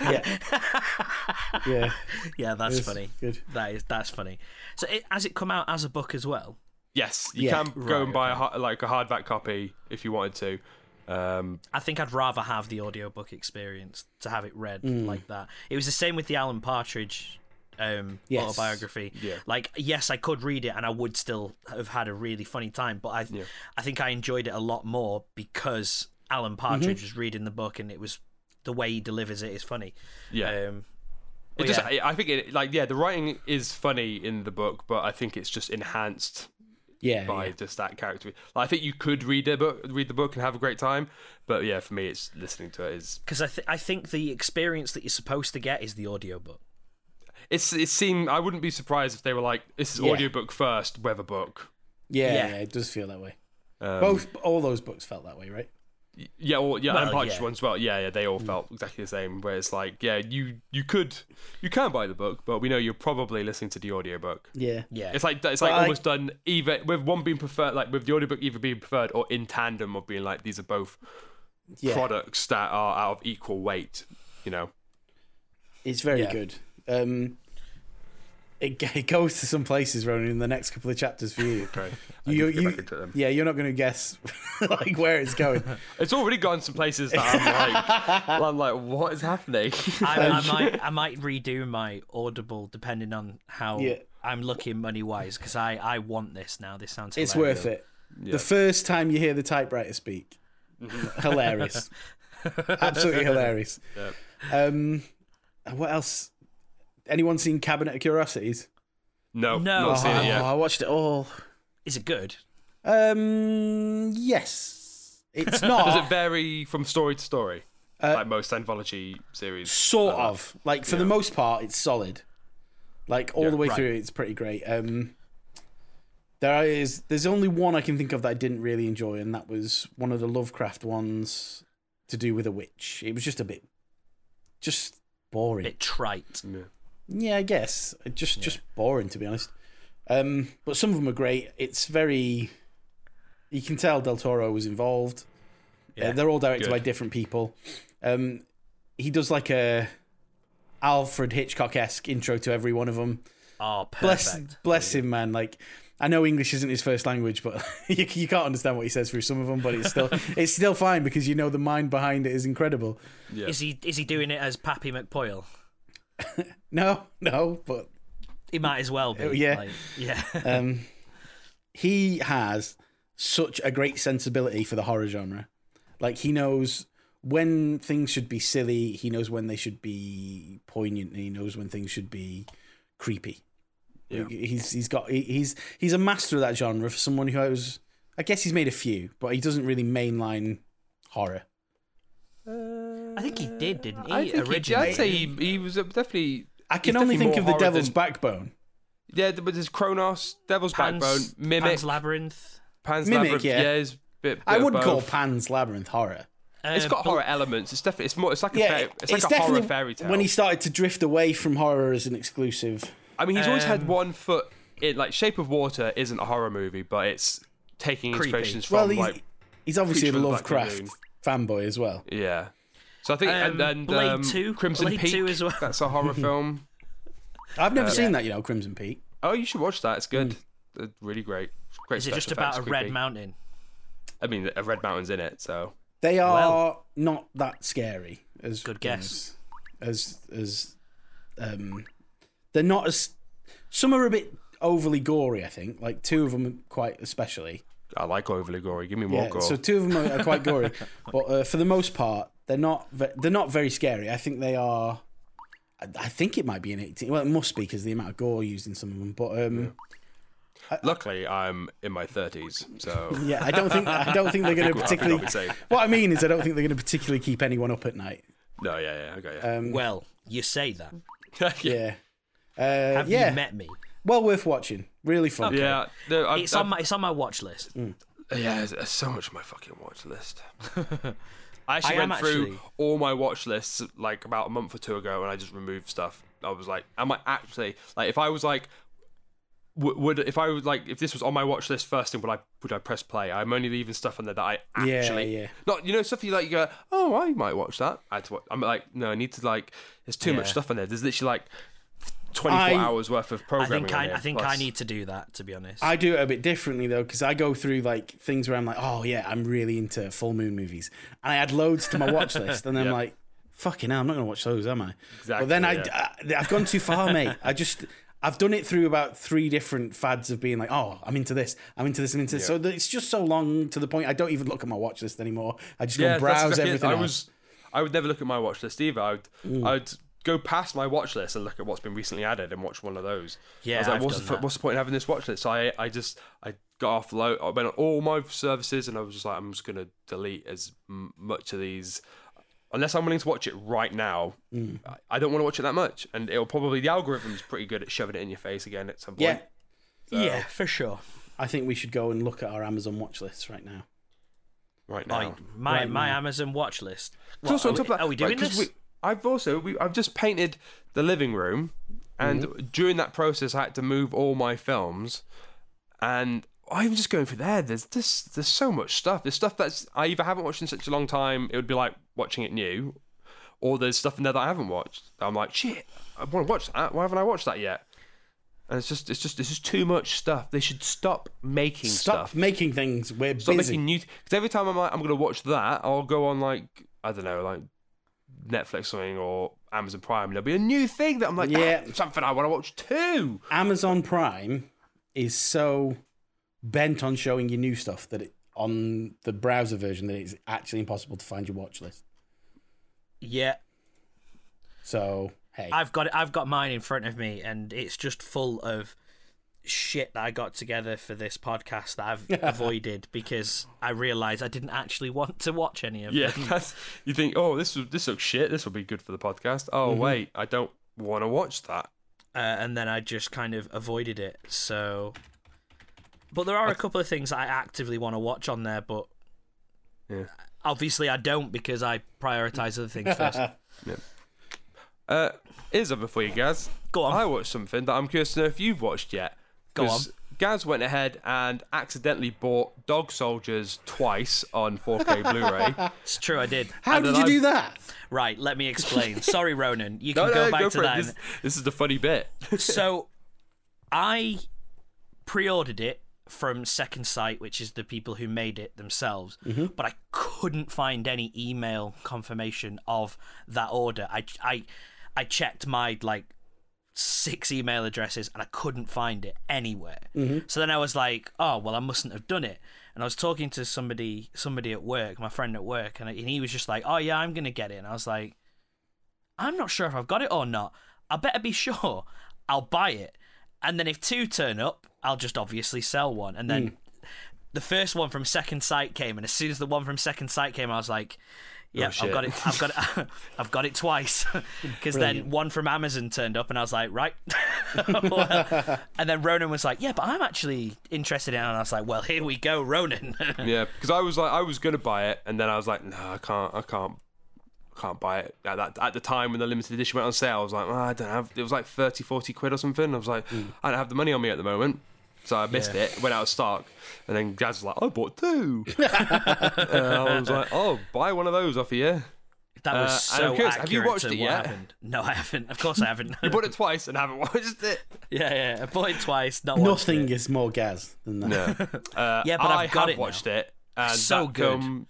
yeah, yeah. yeah, that's It's funny. good. That is that's funny. So it, has it come out as a book as well? yes, you Yeah. can go and buy a har- like a hardback copy if you wanted to. Um, I think I'd rather have the audiobook experience to have it read Mm. like that. It was the same with the Alan Partridge um Yes. autobiography. Yeah. Like yes, I could read it and I would still have had a really funny time, but I I think I enjoyed it a lot more because Alan Partridge Mm-hmm. was reading the book and it was the way he delivers it is funny. Yeah. Um it but just yeah. I I think it like yeah, the writing is funny in the book, but I think it's just enhanced yeah. by just that character. Like, I think you could read a book, read the book, and have a great time, but yeah, for me, it's listening to it is because I, th- I think the experience that you're supposed to get is the audiobook. it's it seemed I wouldn't be surprised if they were like this is Yeah. audiobook first, weather book. yeah, Yeah. yeah, It does feel that way. Um, Both all those books felt that way, right? Yeah, well, yeah, Well, and Partridge yeah. Mm. one as well. Yeah, yeah, they all felt exactly the same. Where it's like, yeah, you you could you can buy the book, but we know you're probably listening to the audiobook. Yeah, Yeah. It's like it's like But I- almost done either with one being preferred, like with the audiobook either being preferred or in tandem of being like these are both yeah. products that are out of equal weight. You know, It's very Yeah. good. Um, it, g- it goes to some places, Ronan, in the next couple of chapters for you. okay. You, get you- back into them. yeah, you're not going to guess like where it's going. It's already gone some places that I'm like, I'm like, what is happening? I, I might I might redo my Audible depending on how Yeah. I'm looking money wise because I, I want this now. This sounds It's hilarious. worth it. The first time you hear the typewriter speak, hilarious, absolutely hilarious. Um, what else? Anyone seen Cabinet of Curiosities? no, No. not seen it Oh, yet. I watched it all. Is it good? Um, yes, it's not. Does it vary from story to story? Uh, like most anthology series. like sort that? of like for the most part it's solid like all the way right. through it's pretty great um there is there's only one i can think of that i didn't really enjoy and that was one of the lovecraft ones to do with a witch it was just a bit just boring bit trite. yeah i guess It just just boring to be honest um but some of them are great it's very you can tell del toro was involved Uh, they're all directed Good. by different people um he does like a Alfred Hitchcock esque intro to every one of them. Oh, Bless, perfect. bless him, man. Like, I know English isn't his first language, but you, you can't understand what he says through some of them. But it's still, it's still fine because you know the mind behind it is incredible. Is he is he doing it as Pappy McPoyle? No, no, but He might as well be. Oh, yeah. like, yeah. um, he has such a great sensibility for the horror genre. Like he knows when things should be silly, he knows when they should be poignant, and he knows when things should be creepy. Yeah. He's he's got he- he's he's a master of that genre for someone who has I guess he's made a few, but he doesn't really mainline horror. I think he did, didn't he? I think he, did. originally. I'd say he, he was definitely. I can he's only definitely think of more the horror Devil's than- Backbone. Yeah, th- but there's Kronos, Devil's Pan's, Backbone, Mimic, Pan's Pan's, Labyrinth. Mimic, Labyrinth. yeah. it's a bit, I bit of would call both. Pan's Labyrinth horror. It's Uh, got Bl- horror elements. It's definitely. It's more. It's like a. Fairy, it's like a horror definitely fairy tale. When he started to drift away from horror as an exclusive, I mean, he's always um, had one foot. in like Shape of Water isn't a horror movie, but it's taking Creepy. inspirations well, from he's, like he's obviously a Creature of the Black Lovecraft Lagoon. fanboy as well. yeah. So I think Um, and, and Blade um, 2, Crimson Blade Peak 2 as well. That's a horror film. I've never seen that, you know, Crimson Peak. Oh, you should watch that. It's good. uh, really great. Hmm. Great. Is it special just about effects, a red creepy. mountain? I mean, a red mountain's in it, so They are Well. not that scary as Good guess. as as um they're not as some are a bit overly gory I think like two of them quite especially I like overly gory. Give me more yeah, gore. so two of them are, are quite gory but uh, for the most part they're not ve- they're not very scary I think they are I, I think it might be an 18 well it must be because the amount of gore used in some of them but um uh, Luckily, I'm in my thirties, so yeah, I don't think I don't think they're going to I think I'll particularly be safe. what I mean is I don't think they're going to particularly keep anyone up at night No, yeah, yeah, okay. Um, Yeah. Well, you say that. yeah. yeah uh, Have yeah you met me? well worth watching. Really fun. Yeah, no, I, It's I- on my it's on my watch list. yeah. There's, there's so much on my fucking watch list. I actually I am went through actually- all my watch lists like about a month or two ago, and I just removed stuff. I was like, am I actually like if I was like. w- Would if I was like if this was on my watch list first thing would I would I press play? I'm only leaving stuff on there that I Yeah, actually yeah. not you know stuff you like you go oh I might watch that I had to watch, I'm like no I need to like there's too much Yeah. stuff on there there's literally like 24 I- hours worth of I programming. think on I, here, I think I plus- need to do that to be honest. I do it a bit differently though, because I go through like things where I'm like, oh yeah, I'm really into full moon movies, and I add loads to my watch list, and then Yeah. I'm like, fucking, hell, I'm not gonna watch those, am I? Exactly, But then I, yeah. I, have gone too far, mate. I just, I've done it through about three different fads of being like, oh, I'm into this, I'm into this, I'm into this. So that it's just so long to the point I don't even look at my watch list anymore. I just go and that's browse exactly it. everything. I else. was, I would never look at my watch list either. I'd, I'd go past my watch list and look at what's been recently added and watch one of those. I Yeah, was like, I've what's, done the, f- that. what's the point in having this watch list? So I, I just, I got off low. I went on all my services and I was just like, I'm just gonna delete as m- much of these. Unless I'm willing to watch it right now, Mm. I- I don't want to watch it that much, and it'll probably the algorithm's pretty good at shoving it in your face again at some point. yeah. Yeah, for sure. I think we should go and look at our Amazon watch list right now. right now. My my, Right my now. Amazon watch list. It's also are, on top we, of that, are we doing right, 'cause this? we- I've also we, I've just painted the living room, and Mm-hmm. during that process, I had to move all my films, and I'm just going through there. There's this there's so much stuff. There's stuff that's I either haven't watched in such a long time. It would be like watching it new, or there's stuff in there that I haven't watched. I'm like shit. I want to watch that. Why haven't I watched that yet? And it's just it's just it's just too much stuff. They should stop making Stop stuff. making things. We're Stop busy. making new. Because every time I'm like, I'm gonna watch that, I'll go on like I don't know, like Netflix or something or Amazon Prime. and There'll be a new thing that I'm like, yeah, Yeah. something I want to watch too. Amazon Prime is so bent on showing you new stuff that it, on the browser version that it's actually impossible to find your watch list. yeah, So hey, I've got it. I've got mine in front of me, and it's just full of shit that I got together for this podcast that I've avoided because I realised I didn't actually want to watch any of Yeah, them. that's you think. Oh, this was- this looks shit. This will be good for the podcast. Oh wait, I don't want to watch that. uh, and then I just kind of avoided it. So, but there are a couple of things that I actively want to watch on there, but Yeah. obviously I don't because I prioritize other things first. Uh, here's other for you, Gaz. Go on. I watched something that I'm curious to know if you've watched yet. Go 'Cause Gaz went ahead and accidentally bought Dog Soldiers twice on 4K Blu-ray. It's true, I did. how and did then you do I'm- that? Right, let me explain. Sorry, Ronan, you can go back to for it. that. This, this is the funny bit. so I pre-ordered it from Second Sight, which is the people who made it themselves, but I couldn't find any email confirmation of that order. I I I checked my like six email addresses and I couldn't find it anywhere. So then I was like, oh well, I mustn't have done it. And I was talking to somebody somebody at work, my friend at work, and, and he was just like, oh yeah, I'm gonna get it. And I was like, I'm not sure if I've got it or not. I better be sure. I'll buy it. And then if two turn up, I'll just obviously sell one. And then Hmm. the first one from Second Sight came, and as soon as the one from Second Sight came, I was like, "Yeah, I've Oh, shit. got it. I've got it. I've got it twice." Because then one from Amazon turned up, and I was like, "Right." Well, and then Ronan was like, "Yeah, but I'm actually interested in." it. And I was like, "Well, here we go, Ronan." Yeah, because I was like, I was gonna buy it, and then I was like, no, I can't, I can't, I can't buy it. At that, at the time when the limited edition went on sale, I was like, "Ah, I don't have. It was like 30, 40 quid or something. I was like, Hmm. I don't have the money on me at the moment, so I missed it. Went out of stock, and then Gaz was like, I bought two. and I was like, oh, buy one of those off of you. That Uh, was so I'm curious, accurate have you watched to what it yet? happened. No, I haven't. Of course, I haven't. You bought it twice and haven't watched it. yeah, yeah. I bought it twice. Not watched Nothing it. is more gas than that. No. Uh, Yeah, but I I've got have it now. watched it. And So that good. film-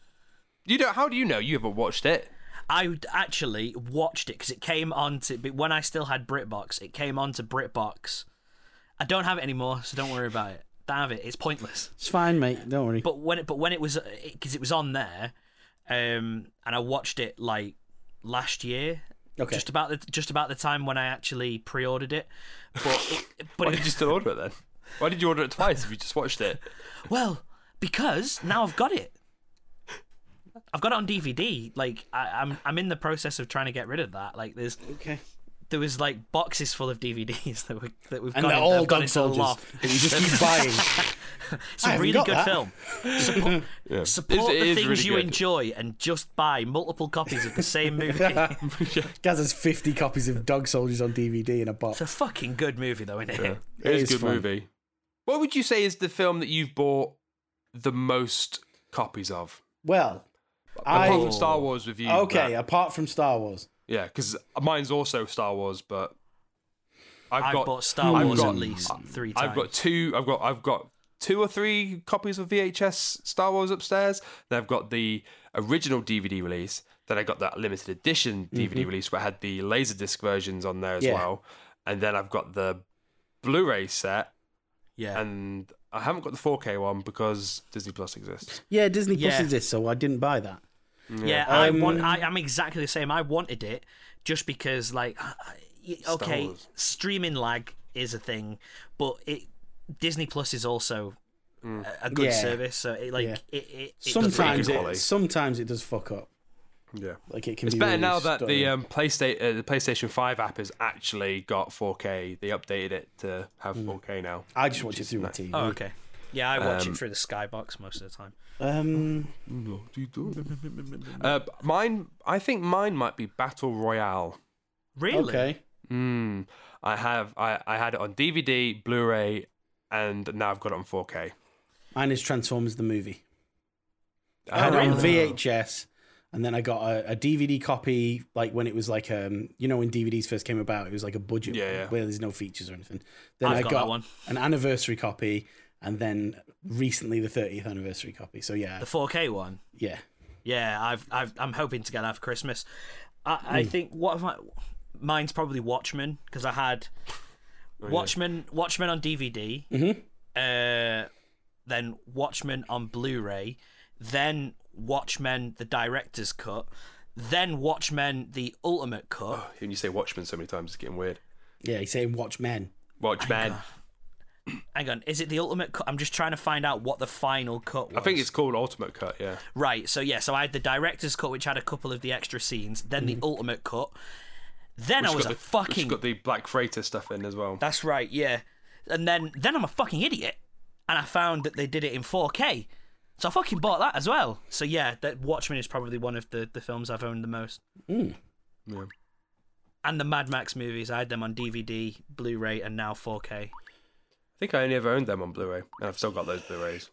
you don't. How do you know you haven't watched it? I actually watched it because it came on to but when I still had BritBox. It came on to BritBox. I don't have it anymore, so don't worry about it. Don't have it. It's pointless. It's fine, mate. Don't worry. But when it but when it was because it was on there, um, and I watched it like last year. Okay. Just about the just about the time when I actually pre-ordered it, but it, but Why it, did you still order it then? Why did you order it twice if you just watched it? Well, because now I've got it. I've got it on DVD. Like I, I'm, I'm in the process of trying to get rid of that. Like there's, okay. there was like boxes full of DVDs that we that we've And got they're in, all I've got dog into soldiers. the loft. that you just keep buying. It's a I haven't really got good that. film. Support, support It is- it the is things really you good. enjoy and just buy multiple copies of the same movie. it's Gaz has 50 copies of Dog Soldiers on DVD in a box. a fucking good movie though, isn't it? It is is a good fun. movie. What would you say is the film that you've bought the most copies of? Well, Apart I. from Star Wars with you. Okay, but- apart from Star Wars. yeah, because mine's also Star Wars, but I've, I've got bought Star I've Wars got- at least three times. I've got two. I've got I've got two or three copies of VHS Star Wars upstairs. Then I've got the original DVD release. Then I got that limited edition DVD release where I had the laserdisc versions on there as Mm-hmm. Yeah. well. And then I've got the Blu-ray set, yeah. and I haven't got the 4K one because Disney Plus exists. Yeah, Disney Yeah. Plus exists, so I didn't buy that. Yeah, I Um, want. I, I'm exactly the same. I wanted it just because, like, y- okay, Wars. streaming lag is a thing, but it Disney Plus is also a- a good Yeah. service. So it like Yeah. it, it, it does sometimes make it- it, quality. sometimes it does fuck up. Yeah. Like it can It's be better really now that the stuttery. um, PlayStation uh, the PlayStation Five app has actually got 4K. They updated it to have 4K now. Mm. I just watch it through my TV. Oh, okay. Yeah, I watch it through the Skybox most of the time. Um, Uh, mine, I think mine might be Battle Royale. Really? okay. Mm, I have, I, I had it on DVD, Blu-ray, and now I've got it on 4K. Mine is Transformers the movie. Oh, I had it on really? VHS, and then I got a, a DVD copy, like when it was like um, you know, when DVDs first came about, it was like a budget, Yeah, one, yeah. where there's no features or anything. Then I've I got got, that one. an anniversary copy, and then recently the 30th anniversary copy. So yeah, The 4K one. yeah, Yeah, I've, I've I'm hoping to get that for Christmas. I, I think what have I, mine's probably Watchmen because I had Oh, Watchmen Watchmen on DVD, uh, then Watchmen on Blu-ray, then Watchmen the director's cut, then Watchmen the ultimate cut. When you say Watchmen so many times, it's getting weird. yeah. He's saying Watch Men. Watchmen. Hang on, is it the ultimate cut? I'm just trying to find out what the final cut was. I think it's called Ultimate Cut. Yeah. Right, so yeah, so I had the director's cut, which had a couple of the extra scenes, then the ultimate cut. Then I Mm-hmm. Which was got a the, fucking Which got the Black Freighter stuff in as well. That's right, yeah. And then then I'm a fucking idiot, and I found that they did it in 4K, so I fucking bought that as well. So yeah, that Watchmen is probably one of the the films I've owned the most, Yeah. and the Mad Max movies. I had them on DVD, Blu-ray, and now 4K. I think I only ever owned them on Blu-ray, and I've still got those Blu-rays.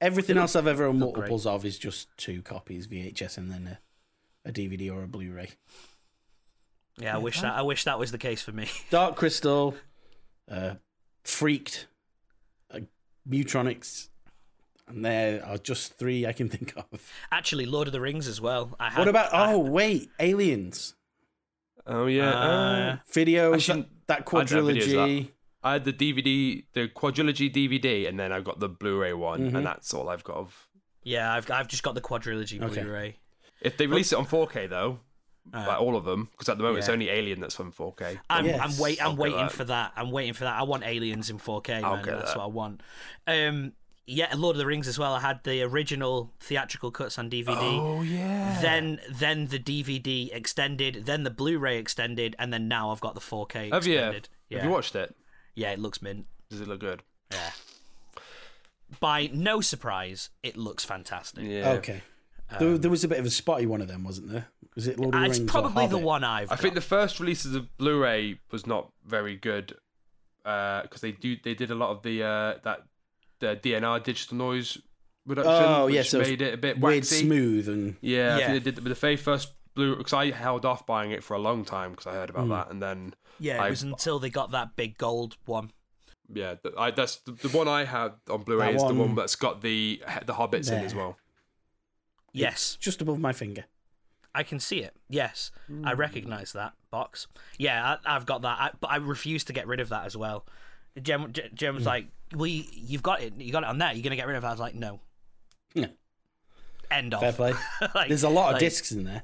Everything else I've ever owned Not great. multiples of is just two copies, VHS and then a, a DVD or a Blu-ray. Yeah, I wish that I wish that was the case for me. Dark Crystal, uh, Freaked, uh, Mutronics, and there are just three I can think of. Actually, Lord of the Rings as well. I had, What about? I- Oh wait, Aliens Oh yeah. Uh, videos Actually, that, that I don't have videos of quadrilogy. I had the DVD, the quadrilogy DVD, and then I've got the Blu-ray one, Mm-hmm. and that's all I've got of. yeah, I've I've just got the quadrilogy Okay. Blu-ray. If they release it on 4K though, Uh, like all of them, because at the moment it's yeah. Ah, only Alien that's on 4K. I'm, Yes. I'm wait. I'm I'll get waiting that. for that. I'm waiting for that. I want aliens in 4K. I'll Man. get That's that. what I want. Um, yeah, Lord of the Rings as well. I had the original theatrical cuts on DVD. Oh, yeah. Then, then the DVD extended, then the Blu-ray extended, and then now I've got the 4K Have you? extended. Yeah, Have you watched it? yeah, it looks mint. Does it look good? Yeah. By no surprise, it looks fantastic. Yeah. Oh, Um, Okay, there, there was a bit of a spotty one of them, wasn't there? Was it Uh, Lord of the It's Rings or probably the Hobbit? one I've. I think got. the first releases of Blu-ray was not very good because they do they did a lot of the uh, that the DNR digital noise reduction, Oh which yeah, so it's made it a bit weird, waxy. smooth, and Yeah, Yeah. I think they did the, the very first blue because I held off buying it for a long time because I heard Hmm. about that, and then Yeah, it I- was until they got that big gold one. yeah, th- I, that's the, the one I had on Blu-ray That is the one- one that's got the the hobbits in as There. well. Yes, just above my finger. I can see it. Yes, Hmm. I recognise that box. Yeah, I, I've got that, I, but I refuse to get rid of that as well. Jem, J- Jem was Hmm. like, "Well, you, you've got it. You got it on there. You're gonna get rid of it." I was like, "No, Yeah, end of." fair play. Like- There's a lot of Hmm. like, discs in there.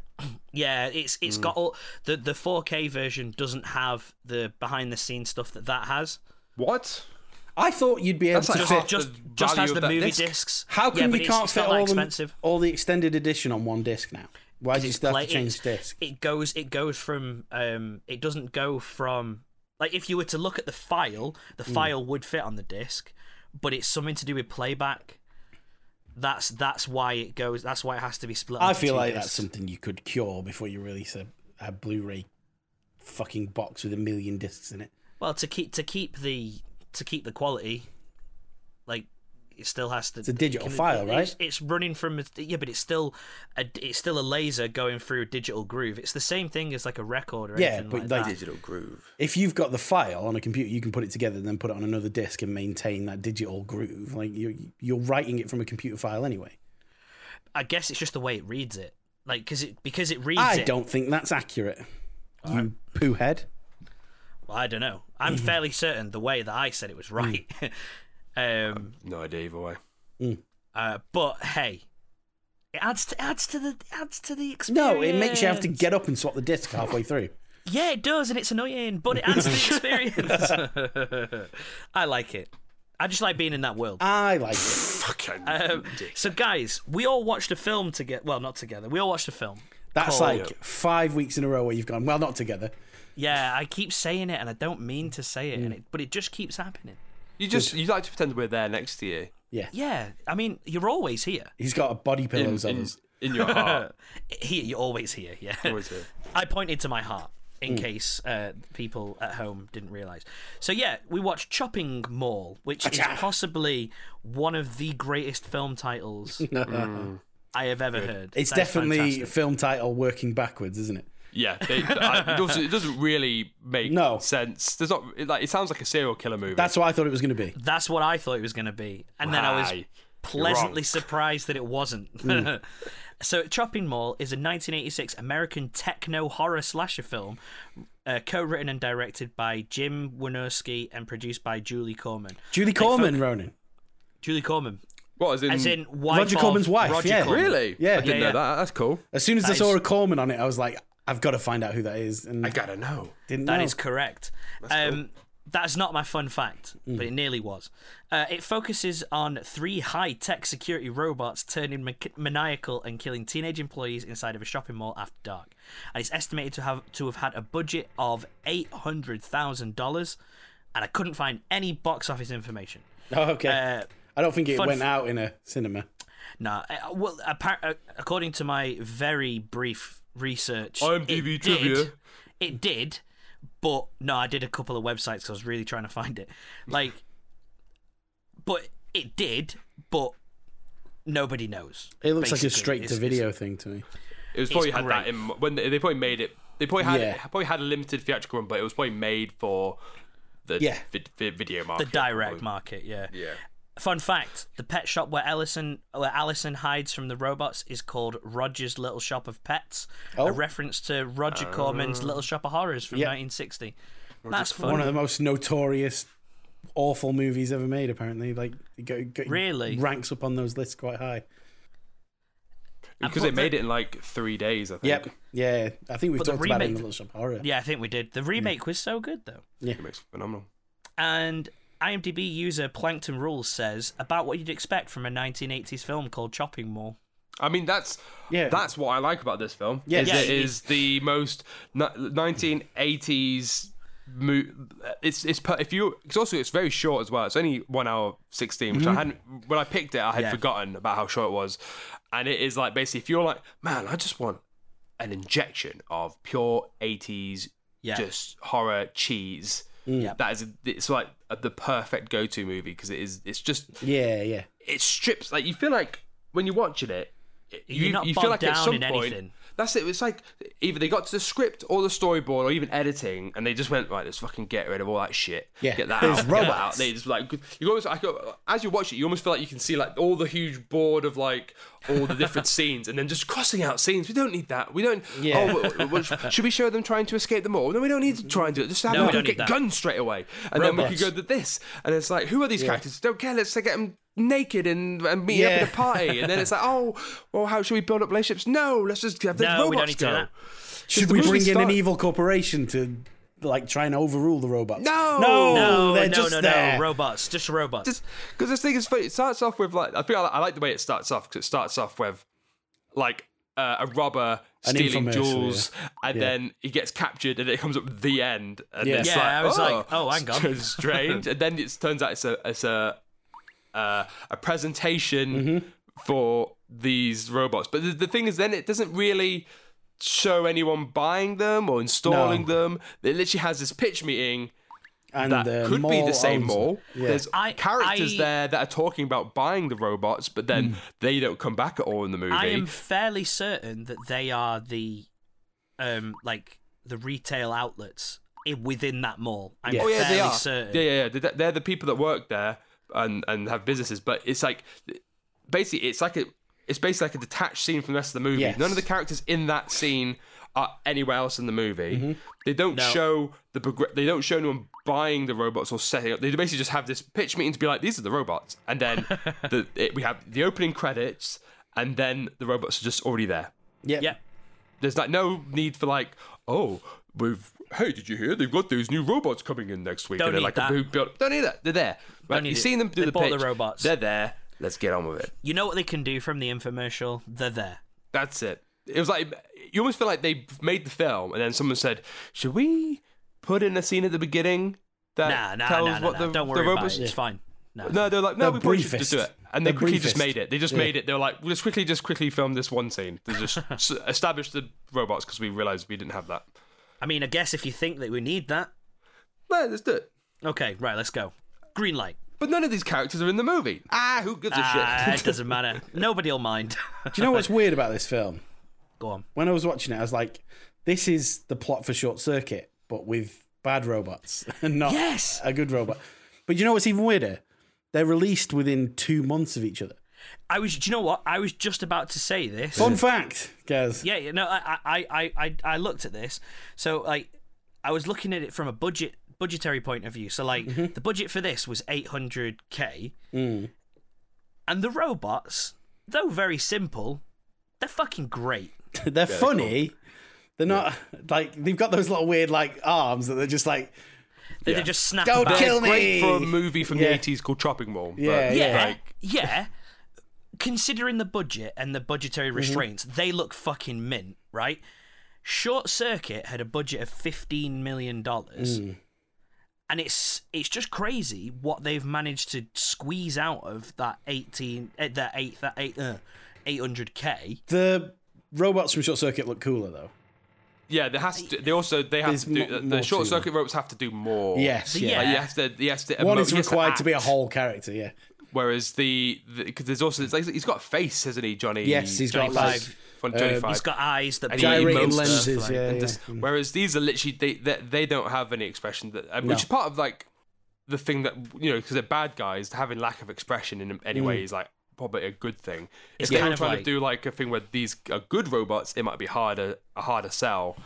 Yeah, it's it's got all the the 4K version doesn't have the behind the scenes stuff that that has. What? I thought you'd be able That's to like fit. half Just the just value has of the that movie disc. discs. How yeah, come but you it's- can't it's fit not that all, expensive? the, all the extended edition on one disc now? Why do you it's still have play- to change it's- disc? It goes. It goes from. Um, it doesn't go from. Like if you were to look at the file, the Mm. file would fit on the disc, but it's something to do with playback. That's that's why it goes. That's why it has to be split. I into feel two like that's discs. something you could cure before you release a, a Blu-ray fucking box with a million discs in it. well to keep to keep the to keep the quality, like it still has to. It's a digital file, It's, right? it's running from a- yeah, but it's still a it's still a laser going through a digital groove. It's the same thing as like a record or Yeah, anything but like they that. did Digital groove. If you've got the file on a computer, you can put it together and then put it on another disc and maintain that digital groove. Like you're you're writing it from a computer file anyway. I guess it's just the way it reads it. Like, because it because it reads. I it- don't think that's accurate. You poo head. Well, I don't know. I'm Mm-hmm. fairly certain the way that I said it was Mm. right. um, No idea either way. uh, but hey, it adds to adds to the adds to the experience. No, it makes you have to get up and swap the disc halfway through. Yeah, it does, and it's annoying, but it adds to the experience. I like it. I just like being in that world. I like it. Fucking Um, so, guys, we all watched a film together. Well, not together. We all watched a film. That's Cool. like five weeks in a row where you've gone. Well, not together. Yeah, I keep saying it, and I don't mean to say it, Mm. and it, but it just keeps happening. you just you like to pretend we're there next to you Yeah, Yeah, I mean, you're always here. he's got a body in, pillows on in, us. in your heart. Here, you're always here. Yeah. Always here. Mm. I pointed to my heart in case uh, people at home didn't realise. So yeah, we watched Chopping Mall, which is possibly one of the greatest film titles I have ever heard. It's That's definitely fantastic. film title working backwards, isn't it? Yeah, they, I, it, doesn't, it doesn't really make No. sense. There's not it, like it sounds like a serial killer movie. That's what I thought it was going to be. that's what I thought it was going to be, and then I Why? was You're pleasantly wrong. surprised that it wasn't. Hmm. so, Chopping Mall is a 1986 American techno horror slasher film, uh, co-written and directed by Jim Wynorski and produced by Julie Corman. Julie Corman, Ronan. Julie Corman, What is in? as in wife Hmm. Roger of Corman's wife, Roger yeah. Corman. really? Yeah. I didn't Yeah, yeah. know that. That's cool. As soon as I That saw is- a Corman on it, I was like, I've got to find out who that is, and I gotta know. didn't That know. is correct. Um, that's not my fun fact, but it nearly was. Uh, it focuses on three high tech security robots turning ma- maniacal and killing teenage employees inside of a shopping mall after dark. And it's estimated to have to have had a budget of eight hundred thousand dollars, and I couldn't find any box office information. Oh, okay. Uh, I don't think it fun went f- out in a cinema. no, uh, well, appar- uh, according to my very brief research, IMDb it did- trivia. it did, but no, I did a couple of websites 'cause I was really trying to find it. Like, but it did, but nobody knows. It looks like a basically. straight It's- to it's- video thing to me. It was probably had great. that in when they, they probably made it. They probably had Yeah. probably had a limited theatrical run, but it was probably made for the Yeah. vid- vid- video the market. direct market, yeah. Yeah. Fun fact: the pet shop where Ellison, where Allison hides from the robots, is called Roger's Little Shop of Pets, a reference to Roger Corman's Little Shop of Horrors from Yeah. 1960. That's fun. One of the most notorious, awful movies ever made. Apparently, like it go, go, it Really? ranks up on those lists quite high. because they made it in like three days. I think. Yep. Yeah, I think we've But the talked about it remake- in the Little Shop of Horror. Yeah, I think we did. The remake was so good though. It makes it phenomenal. And IMDb user Plankton Rules says about what you'd expect from a 1980s film called Chopping Mall. I mean, that's Yeah. that's what I like about this film. Yeah, is yeah, it it- is the most nineteen eighties. Mo- it's it's per- if you it's also it's very short as well. It's only one hour sixteen, Mm-hmm. which I hadn't when I picked it. I had Yeah. forgotten about how short it was, and it is like basically if you're like, man, I just want an injection of pure eighties Yeah. just horror cheese. Mm. Yep. That is it's like the perfect go to movie because it is it's just Yeah, yeah. it strips like you feel like when you're watching it, it- You're not you feel bogged like at down some in point anything. That's it. It's like either they got to the script or the storyboard or even editing, and they just went right. Let's fucking get rid of all that shit. Yeah, get that there's out. Get that out. robots. They just like you almost I go, as you watch it, you almost feel like you can see like all the huge board of like all the different scenes, and then just crossing out scenes. We don't need that. We don't. Yeah. Oh, w- w- w- should we show them trying to escape the mall? No, we don't need to try and do it. Just have No, we them don't get need that. guns straight away, and then we Robots. could go to this. And it's like, who are these characters? Don't care. Let's get them naked and, and meet up Yeah. at a party. And then it's like, oh, well, how should we build up relationships? No, let's just have the No, robots we don't need to go. do that. Should the we movie bring in an start- evil corporation to like try and overrule the robots? No! no, No, they're no, just no, there. no. Robots, just robots. because this thing is funny. It starts off with like I think I, I like the way it starts off because it starts off with like uh, a robber An stealing infomercial, jewels, and Yeah. then he gets captured, and it comes up with the end. And Yeah. it's Yeah, like, I was oh, like, oh, hang on. strange. and then it turns out it's a it's a uh, a presentation Mm-hmm. for these robots. But the, the thing is, then it doesn't really show anyone buying them or installing them. It literally has this pitch meeting and uh, that the could be mall the same owns- mall. Yeah. There's I- characters I- there that are talking about buying the robots, but Hmm. then they don't come back at all in the movie. I am fairly certain that they are the, um, like the retail outlets i- within that mall. I'm Yeah. oh yeah, fairly they are. certain. Yeah, yeah, yeah. They're, they're the people that work there and and have businesses. But it's like basically, it's like a it's basically like a detached scene from the rest of the movie. Yes. None of the characters in that scene are anywhere else in the movie. They don't No. show the progr- they don't show anyone buying the robots or setting up. They basically just have this pitch meeting to be like, these are the robots, and then the, it, we have the opening credits, and then the robots are just already there. Yeah. Yeah. There's like no need for like, oh, we've hey, did you hear they've got those new robots coming in next week? Don't and they're need like that. a big build. Don't need that. They're there. Right? need You've it. seen them do They the bought the pitch. robots. They're there. Let's get on with it. You know what they can do from the infomercial? They're there. That's it. It was like you almost feel like they made the film and then someone said, Should we put in a scene at the beginning Nah, that nah, tells nah, nah, Uh, what nah. the, Don't the worry about robots it. It's fine. No. No, they're like, no, The we probably should just do it. briefest. And they The quickly just briefest. made it. They just Yeah. made it. They were like, let's quickly just quickly film this one scene to just s- establish the robots because we realized we didn't have that. I mean, I guess if you think that we need that, No, let's do it. okay, right, let's go. Green light. But none of these characters are in the movie. Ah, who gives a Ah, it shit? doesn't matter. Nobody'll mind. Do you know what's weird about this film? Go on. When I was watching it, I was like, "This is the plot for Short Circuit, but with bad robots and not Yes. a good robot." But you know what's even weirder? They're released within two months of each other. I was. Do you know what? I was just about to say this. Fun fact, guys. Yeah, you know, I, I, I, I, I looked at this. So like, I was looking at it from a budget budgetary point of view. So like, the budget for this was 800k, and the robots, though very simple, they're fucking great. they're funny. They're not like they've got those little weird like arms that they're just like They, they Yeah. just snap. Don't about. kill They're great me. for a movie from Yeah. the 80s called Chopping Mall. but Yeah, Yeah, like, yeah. Considering the budget and the Mm-hmm. budgetary restraints, they look fucking mint, right? Short Circuit had a budget of fifteen million dollars, Mm. and it's it's just crazy what they've managed to squeeze out of that eighteen, uh, that eight, that eight, eight hundred k. the robots from Short Circuit look cooler though. yeah, there has to. They also they have There's to do. mo- the more short to circuit ropes have to do more. Yes, yeah. yeah. Like, you have to. You have to One emo- is you have required to be a act. whole character. Yeah. Whereas the because there's also it's like, he's got a face, hasn't he, Johnny? Yes, he's got Uh, like 25. Fun- 25. He's got eyes that And he bleed gyrating emotes and stuff, lenses. like- yeah, yeah. Just- whereas these are literally they, they they don't have any expression that uh, which is part of like the thing that you know because they're bad guys having lack of expression in any way is like probably a good thing. Mm. It's if they kind were of trying like- to do like a thing where these are good robots, it might be harder a harder sell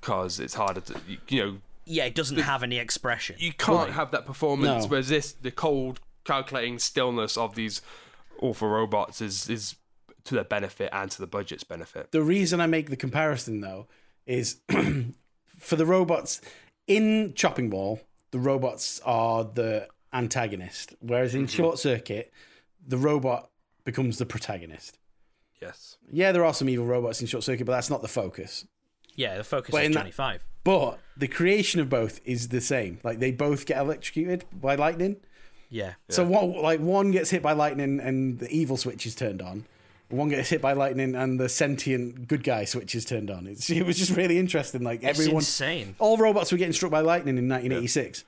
because it's harder to you, you know Yeah, it doesn't have any expression. you can't have that performance. No. Whereas this the cold calculating stillness of these awful robots is is to their benefit and to the budget's benefit. The reason I make the comparison though is for the robots in Chopping Ball, the robots are the antagonist, whereas in Short Circuit, the robot becomes the protagonist. Yes. Yeah, there are some evil robots in Short Circuit, but that's not the focus. yeah, the focus But is in that- twenty five. But the creation of both is the same. Like they both get electrocuted by lightning. Yeah, So what, like one gets hit by lightning and the evil switch is turned on. One gets hit by lightning and the sentient good guy switch is turned on. It's, it was just really interesting. Like everyone, insane. All robots were getting struck by lightning in 1986.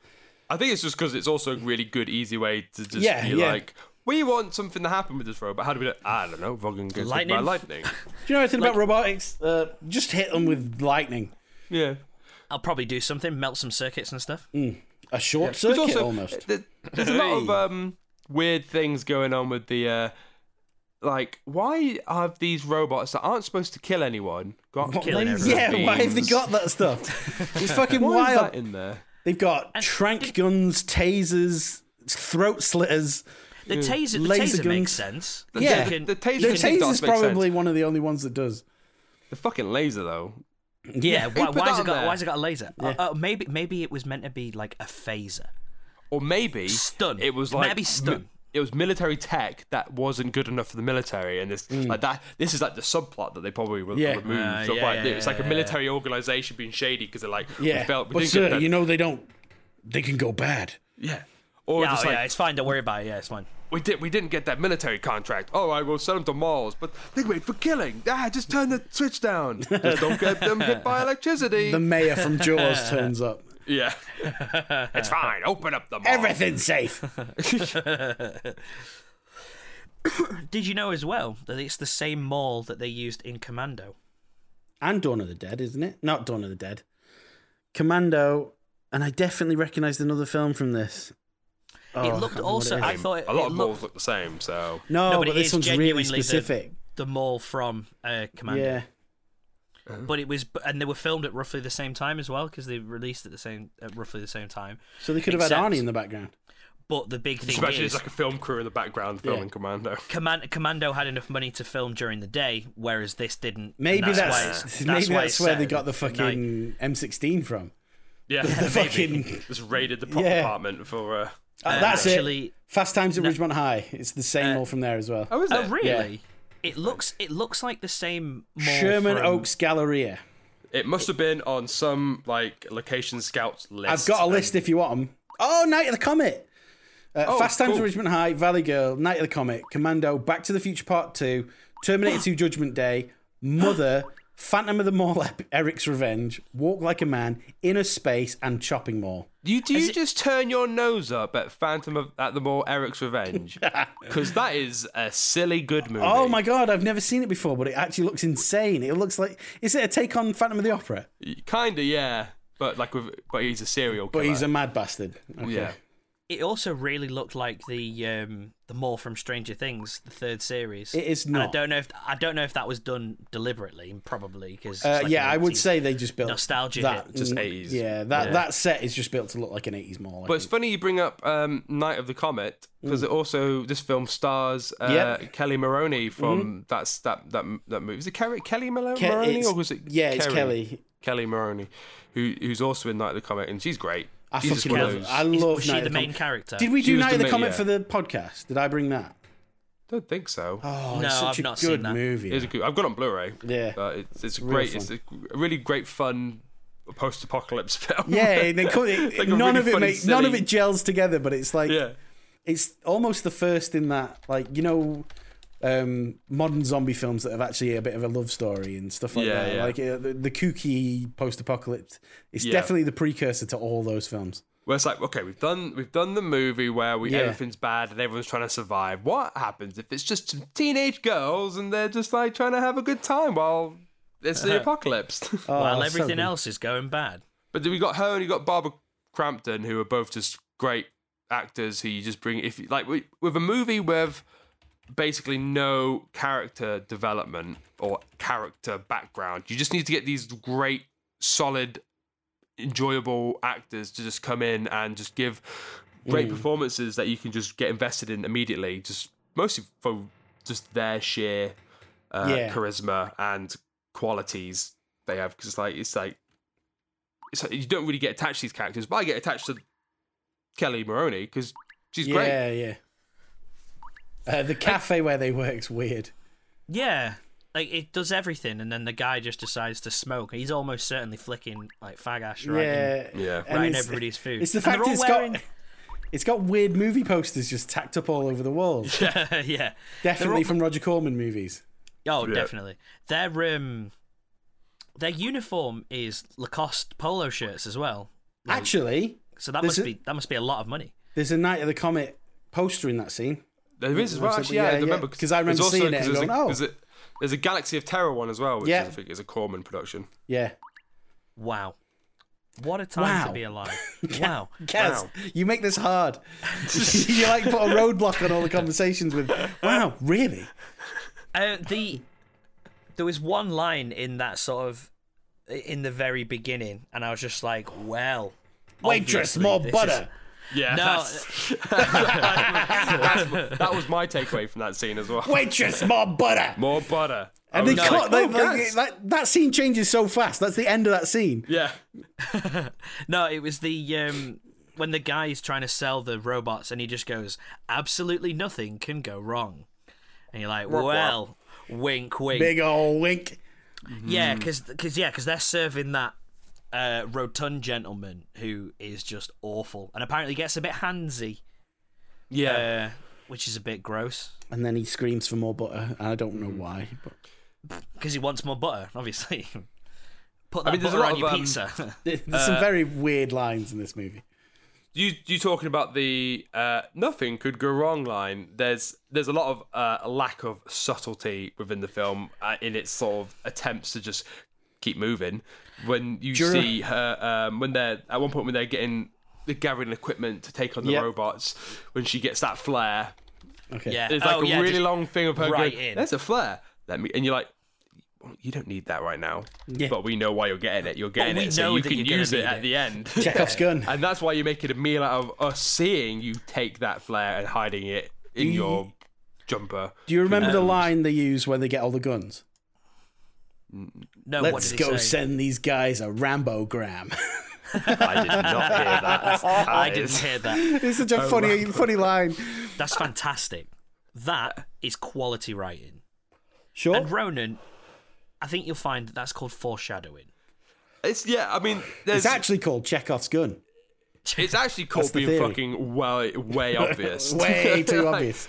I think it's just because it's also a really good, easy way to just Yeah, be yeah. like, We want something to happen with this robot. How do we do it? I don't know. Vogon gets hit by Lightning? lightning. Do you know anything about robotics? Uh, just hit them with lightning. yeah. I'll probably do something, melt some circuits and stuff. A short There's circuit also- almost. there- there's a lot of um, weird things going on with the uh, like. Why have these robots that aren't supposed to kill anyone got Killing laser everyone. Yeah, why have they beams? got that stuff? It's fucking Why is wild. that in there? They've got trank guns, tasers, throat slitters. The taser, the Laser taser guns. makes sense. Yeah. You can- The taser you The thing can- does taser's make sense. probably one of the only ones that does. The fucking laser though. yeah, why, put why that has it on got there? why has it got a laser? Oh, oh, maybe maybe it was meant to be like a phaser. Or maybe Stun. It was like Maybe mi- stun. it was military tech that wasn't good enough for the military, and this like that. This is like the subplot that they probably re- Hmm. Yeah. removed. Ah, or yeah, might yeah, do. it's like a yeah, military organization being shady because they're like, Yeah, we felt we but didn't sir, get that. you know they don't. They can go bad. yeah. Or Yeah, just oh, like yeah, it's fine. Don't worry about it. Yeah, it's fine. we did we didn't get that military contract. All right, we'll sell them to malls, but they wait for killing. Ah, just turn the switch down. Just don't get them hit by electricity. The mayor from Jaws turns up. yeah, it's fine. Open up the mall. Everything's safe. Did you know as well that it's the same mall that they used in Commando? and Dawn of the Dead, isn't it? Not Dawn of the Dead. Commando, and I definitely recognised another film from this. Oh, I it looked can't remember also. what it I is. thought it, A lot it of looked malls look the same, so no, No, but but, it this is one's really genuinely the- specific. the mall from uh, Commando. Yeah, but it was and they were filmed at roughly the same time as well because they released at the same at roughly the same time so they could have Except- had Arnie in the background. but the big thing Especially is there's like a film crew in the background filming Commando. Command, commando had enough money to film during the day whereas this didn't and Maybe that's, why it's- maybe that's, why it's where set they got the at night. fucking M16 from. Yeah, The fucking just raided the prop Yeah. department for. Uh... Uh, that's Um, actually- Uh, it. Fast Times at Ridgemont High. It's the same mall from there as well. Oh, is oh it? really it looks it looks like the same mall Sherman from- Oaks Galleria. It must have been on some like location scouts list. I've got a list if you want them. Oh, Night of the Comet. Uh, Oh, Fast Times cool. at Ridgemont High, Valley Girl, Night of the Comet, Commando, Back to the Future Part 2, Terminator 2 Judgment Day, Mother, Phantom of the Mall, Ep- Eric's Revenge, Walk Like a Man, Inner Space, and Chopping Mall. You do you just turn your nose up at Phantom of at the Mall, Eric's Revenge, because that is a silly good movie. Oh my god, I've never seen it before, but it actually looks insane. It looks like. Is it a take on Phantom of the Opera? Kinda, yeah, but like with but he's a serial But killer. he's a mad bastard. Okay. yeah. it also really looked like the um the mall from stranger things the third series It is And i not. don't know if i don't know if that was done deliberately probably because Uh, yeah, I would say they just built nostalgia that. hit. Just mm, 80s. Yeah, that, that set is just built to look like an 80s mall. I But it's think. funny you bring up um, Night of the Comet because it also this film stars uh, Mm. Yep. Mm-hmm. Kelly Maroney from that's that that that movie. Is it Kelly, Kelly Malo- Ke- Maroney it's- or was it? yeah, it's Kerry? Kelly. Kelly Maroney, who who's also in Night of the Comet, and she's great. I she's just fucking one love. of those. I I Is- love. was she Night the of the main Com- character Did we She do was Night the of the main- Comet yeah. for the podcast? Did I bring that? don't think so. Oh, No, it's such I've a not good seen that. movie. It's a good, I've got it on Blu-ray. Yeah. but it's it's a great, it's a really great fun post-apocalypse film. yeah, they co- it, Like a none really of it funny, makes none of silly- it gels together, but it's like yeah. it's almost the first in that like you know um, modern zombie films that have actually a bit of a love story and stuff like Yeah, that. yeah. Like uh, the, the kooky post-apocalypse. It's Yeah. definitely the precursor to all those films. Where it's like, okay, we've done we've done the movie where we Yeah. everything's bad and everyone's trying to survive. What happens if it's just some teenage girls and they're just like trying to have a good time while it's the apocalypse? Oh, while so everything good. else is going bad. but then we got her and you got Barbara Crampton, who are both just great actors who you just bring if you like with with a movie with basically no character development or character background. You just need to get these great, solid, enjoyable actors to just come in and just give great performances that you can just get invested in immediately. Just mostly for just their sheer uh, Yeah. charisma and qualities they have. Because like it's like it's like you don't really get attached to these characters, but I get attached to Kelly Maroney because she's great. Yeah, yeah. Uh, the cafe where they work's weird. Yeah, like it does everything, and then the guy just decides to smoke. He's almost certainly flicking like fag ash right, in, Yeah, Yeah. and right in it's- everybody's food. It's the And fact they're all it's wearing, got it's got weird movie posters just tacked up all over the walls. got yeah, Definitely all- from Roger Corman movies. oh Yeah. definitely. Their um, their uniform is Lacoste polo shirts as well. Actually, So that This must is- be that must be a lot of money. there's a Night of the Comet poster in that scene. There is as well. Website, Actually, but yeah, yeah, I yeah. remember 'Cause I remember there's also- seeing it 'cause and there's going, a, "Oh." there's a, there's a Galaxy of Terror one as well, which Yeah. is, I think is a Corman production. Yeah. Wow. What a time to Wow. be alive. wow. Kaz, Wow. you make this hard. you like put a roadblock on all the conversations with, wow, really? Uh, the there was one line in that sort of in the very beginning, and I was just like, "Well, Waitress, obviously more this is- butter. Yeah, No. that's, that's- that was my takeaway from that scene as well. Waitress, more butter. More butter. I And they was like, cut, they- "Oh, like, guys." that, that scene changes so fast. That's the end of that scene. yeah, No, it was the um, when the guy is trying to sell the robots, and he just goes, "Absolutely nothing can go wrong," and you're like, womp. "Well, wink, wink." Big old wink. Yeah, Mm. because yeah, 'cause they're serving that uh, rotund gentleman who is just awful, and apparently gets a bit handsy, yeah. uh, which is a bit gross. And then he screams for more butter. And I don't know why. But because he wants more butter, obviously. Put that mean, there's a butter lot on your of, um, pizza. there's some very weird lines in this movie. you you talking about the uh, nothing could go wrong line. There's there's a lot of uh, lack of subtlety within the film uh, in its sort of attempts to just keep moving. When you Jura- see her, um, when they're at one point when they're getting they're gathering equipment to take on the Yep. robots, when she gets that flare, Okay. yeah, there's like oh, a yeah, really just- long thing of her right going, in. "There's a flare." Let me, and you're like. "Well, You don't need that right now, Yeah. but we know why you're getting it. You're getting we it, so know you that can you're gonna use it need at it. the end. Chekhov's gun. And that's why you're making a meal out of us seeing you take that flare and hiding it in your jumper. Do you remember the line they use when they get all the guns? No, Oh, what Let's did he go say? send these guys a Rambogram. I did not hear that. I didn't hear that. it's such a funny, funny line. That's fantastic. That is quality writing. Sure. And Ronan, I think you'll find that that's called foreshadowing. It's yeah. I mean, there's, It's actually called Chekhov's gun. it's actually called being the theory. fucking well, way obvious. Way too Like, obvious.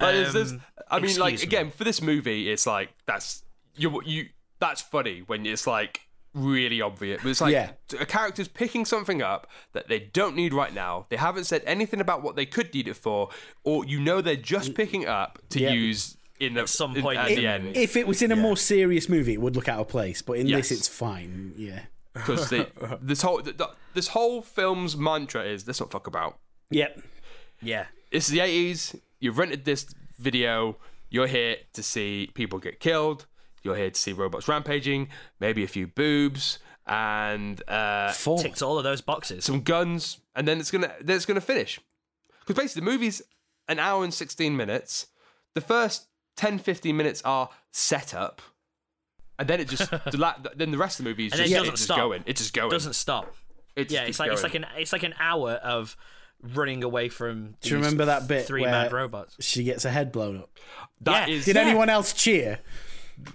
But it's just- Um, I mean, like excuse me. again, for this movie, it's like that's you you that's funny when it's like really obvious. But it's like Yeah. a character's picking something up that they don't need right now. They haven't said anything about what they could need it for, or you know they're Mm. just picking up to Yeah. use in the, some in- point at in the the end. If it was in a more serious movie, it would look out of place. But in Yes. this, it's fine. Yeah. because this whole th- th- this whole film's mantra is let's not fuck about. Yep. Yeah. It's the eighties. You've rented this video. You're here to see people get killed. You're here to see robots rampaging. Maybe a few boobs and uh, Four. Ticked all of those boxes. some guns, and then it's gonna then it's gonna finish. Because basically, the movie's an hour and sixteen minutes. The first 10, 15 minutes are setup, and then it just the la- then the rest of the movie is And then just, it it's doesn't just stop. going. It's just going. Doesn't stop. It just Yeah, keeps it's like it's going. like an it's like an hour of running away from. Do you these remember that bit Three where mad robots. she gets her head blown up? That Yeah. is- Did anyone else cheer?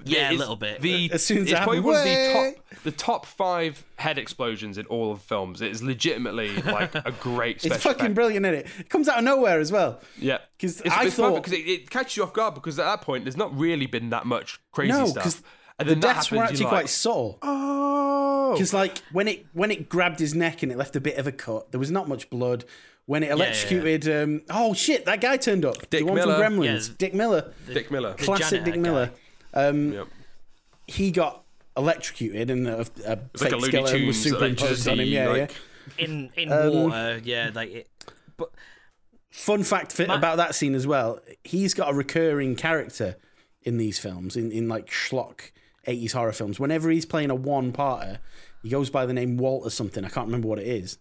Yeah, a it's little bit. The, As soon as it's it probably happened, one of the "Way!" top, the top five head explosions in all of films. It is legitimately like a great. Special It's fucking effect. brilliant, isn't it? It comes out of nowhere as well. Yeah, 'Cause It's- I it's thought- because it, it catches you off guard because at that point there's not really been that much crazy No, stuff. because And the then that deaths were happens, actually you're quite like, subtle. Oh, Because like when it when it grabbed his neck and it left a bit of a cut, there was not much blood. When it electrocuted, um, oh shit, that guy turned up. Dick the one Miller. from Gremlins, Yeah. Dick Miller, Dick Miller. classic janitor Dick guy. Miller. Um, Yep. He got electrocuted and a, a like fake a Looney skeleton was Tunes superimposed on him. Yeah, electricity, like- yeah. in in Um, water. Yeah, like it, but Fun fact fit about that scene as well. He's got a recurring character in these films, in in like schlock eighties horror films. Whenever he's playing a one parter, he goes by the name Walt or something. I can't remember what it is.